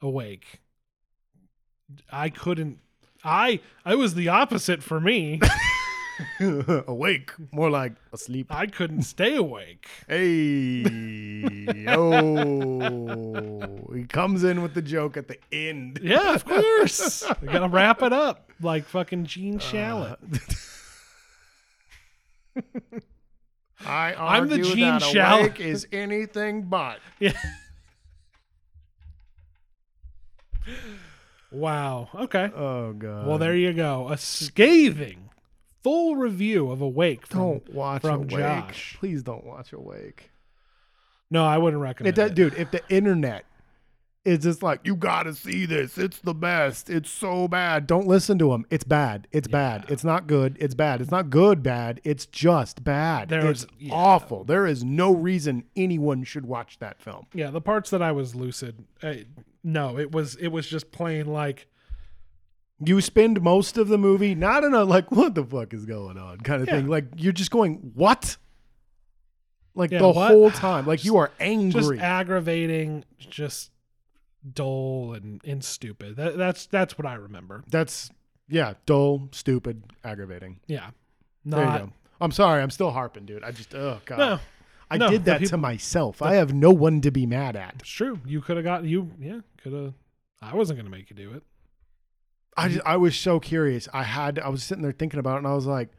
A: awake i couldn't i i was the opposite for me
B: awake, more like asleep.
A: i couldn't stay awake
B: Hey, oh, he comes in with the joke at the end.
A: yeah of course i gotta wrap it up like fucking
B: Uh,
A: gene shalit
B: I
A: I'm the
B: argue
A: Gene
B: that
A: Shalit.
B: awake is anything but.
A: yeah wow okay
B: Oh god.
A: well there you go a scathing full review of awake from,
B: Don't watch
A: from
B: awake.
A: Josh.
B: Please don't watch awake.
A: no i wouldn't recommend
B: It does, dude. If the internet is just like, you gotta see this. It's the best. It's so bad. Don't listen to them. It's bad. It's bad. It's not good. It's bad. It's not good. Bad. It's just bad.
A: There's-
B: it's
A: yeah.
B: awful. There is no reason anyone should watch that film.
A: yeah the parts that i was lucid I, no it was it was just plain like
B: You spend most of the movie not in a like, what the fuck is going on kind of
A: Yeah.
B: thing. Like you're just going, what? Like
A: Yeah,
B: the
A: what?
B: whole time. Like you are
A: just
B: angry.
A: aggravating just dull and, and stupid that, that's that's what i remember
B: That's yeah, dull, stupid, aggravating.
A: yeah
B: There you
A: not
B: go. I'm sorry. I'm still harping, dude. I just, oh, God.
A: no
B: I
A: no,
B: did
A: the
B: that to
A: people-
B: myself. I have no one to be mad at.
A: it's true you could have got you yeah could have i wasn't gonna make you do it
B: I, just, I was so curious. I had, I was sitting there thinking about it and I was like,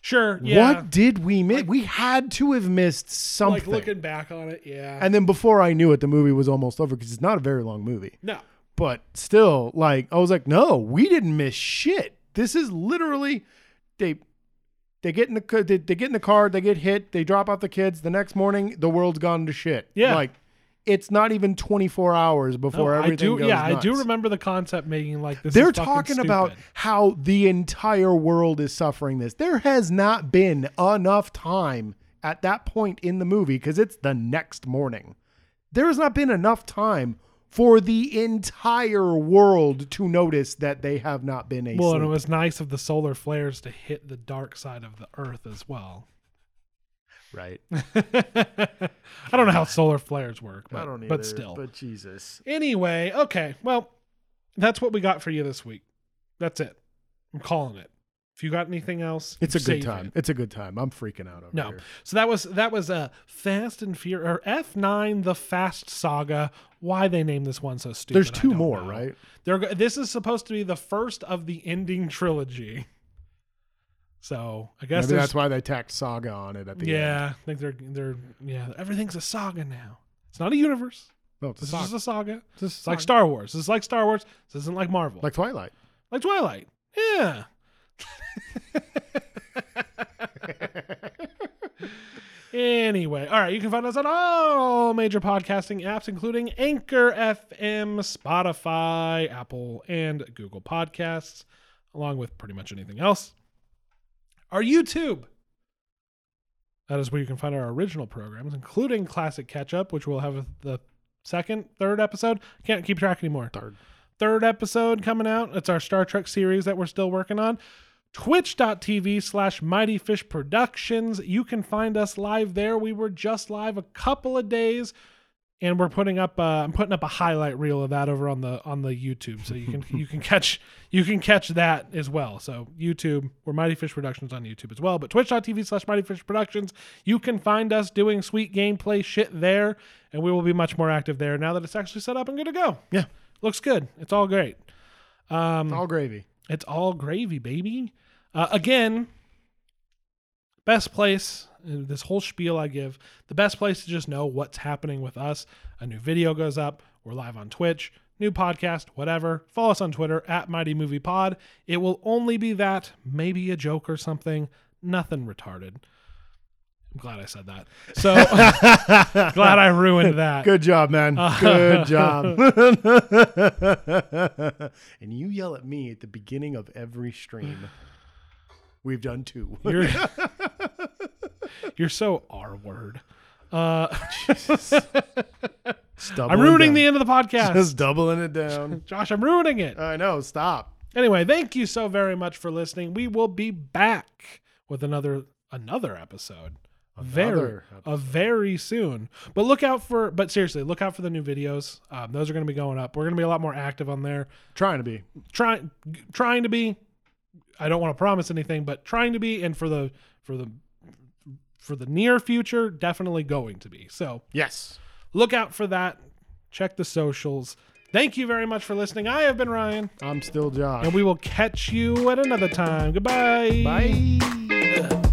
A: sure yeah
B: what did we miss? we had to have missed something.
A: like looking back on it yeah
B: and then before I knew it, the movie was almost over because it's not a very long movie.
A: no
B: But still, like, I was like, no, we didn't miss shit. This is literally, they. They get in the ca- they, they get in the car. They get hit. They drop off the kids. The next morning, the world's gone to shit.
A: Yeah.
B: like it's not even twenty four hours
A: No,
B: before
A: i
B: everything
A: do
B: goes
A: yeah i do
B: nuts.
A: remember the concept making like this
B: They're
A: is fucking
B: talking about
A: stupid.
B: how the entire world is suffering this. There has not been enough time at that point in the movie because it's the next morning. There has not been enough time for the entire world to notice that they have not been a
A: well
B: sleep.
A: and it was nice of the solar flares to hit the dark side of the earth as well
B: right.
A: I don't know how solar flares work, but,
B: I don't either,
A: but still.
B: But Jesus.
A: anyway, okay. Well, that's what we got for you this week. That's it. I'm calling it. If you got anything else,
B: It's a good
A: save
B: time.
A: it.
B: It's a good time. I'm freaking out over
A: No.
B: here.
A: So that was that was a Fast and Fear or F9 the Fast Saga. Why they named this one so stupid?
B: There's
A: I
B: two
A: don't
B: more,
A: know.
B: right?
A: They're go- this is supposed to be the first of the ending trilogy. So I guess
B: Maybe
A: there's
B: that's why they tacked Saga on it at the end.
A: Yeah, I think they're they're yeah. Everything's a saga now. It's not a universe.
B: No, it's a
A: This
B: saga.
A: is a saga.
B: It's a
A: It's like
B: saga.
A: Star Wars. This is like Star Wars. This isn't like Marvel. Like,
B: like Twilight.
A: like Twilight. Yeah. Anyway, all right, you can find us on all major podcasting apps, including Anchor FM, Spotify, Apple, and Google Podcasts, along with pretty much anything else. Our YouTube. That is where you can find our original programs, including Classic Catch Up, which we'll have the second, third episode. I can't keep track anymore.
B: Third.
A: Third episode coming out. It's our Star Trek series that we're still working on. Twitch.tv slash Mighty Fish Productions. You can find us live there. We were just live a couple of days, and we're putting up. Uh, I'm putting up a highlight reel of that over on the on the YouTube, so you can you can catch you can catch that as well. So YouTube, we're Mighty Fish Productions on YouTube as well. But twitch.tv slash Mighty Fish Productions, you can find us doing sweet gameplay shit there, and we will be much more active there now that it's actually set up and good to go.
B: Yeah.
A: Looks good. It's all great. Um,
B: It's all gravy.
A: it's all gravy, baby. Uh, again, best place, uh, this whole spiel I give, the best place to just know what's happening with us. A new video goes up. We're live on Twitch, new podcast, whatever. Follow us on Twitter at Mighty Movie Pod. It will only be that, maybe a joke or something, nothing retarded. I'm glad I said that. So glad I ruined that.
B: Good job, man. Good job. and you yell at me at the beginning of every stream. We've done two.
A: You're, you're so R word. Uh, I'm ruining the end of the podcast.
B: Just doubling it down.
A: Josh, I'm ruining it.
B: I know. Stop.
A: Anyway, thank you so very much for listening. We will be back with another another episode. very
B: Another
A: uh, very soon. But look out for but seriously, look out for the new videos. Um, those are going to be going up. We're going to be a lot more active on there.
B: Trying to be.
A: Trying trying to be I don't want to promise anything, but trying to be and for the for the for the near future, definitely going to be. So,
B: Yes.
A: look out for that. Check the socials. Thank you very much for listening. I have been Ryan,
B: I'm still Josh.
A: and we will catch you at another time. Goodbye.
B: Bye.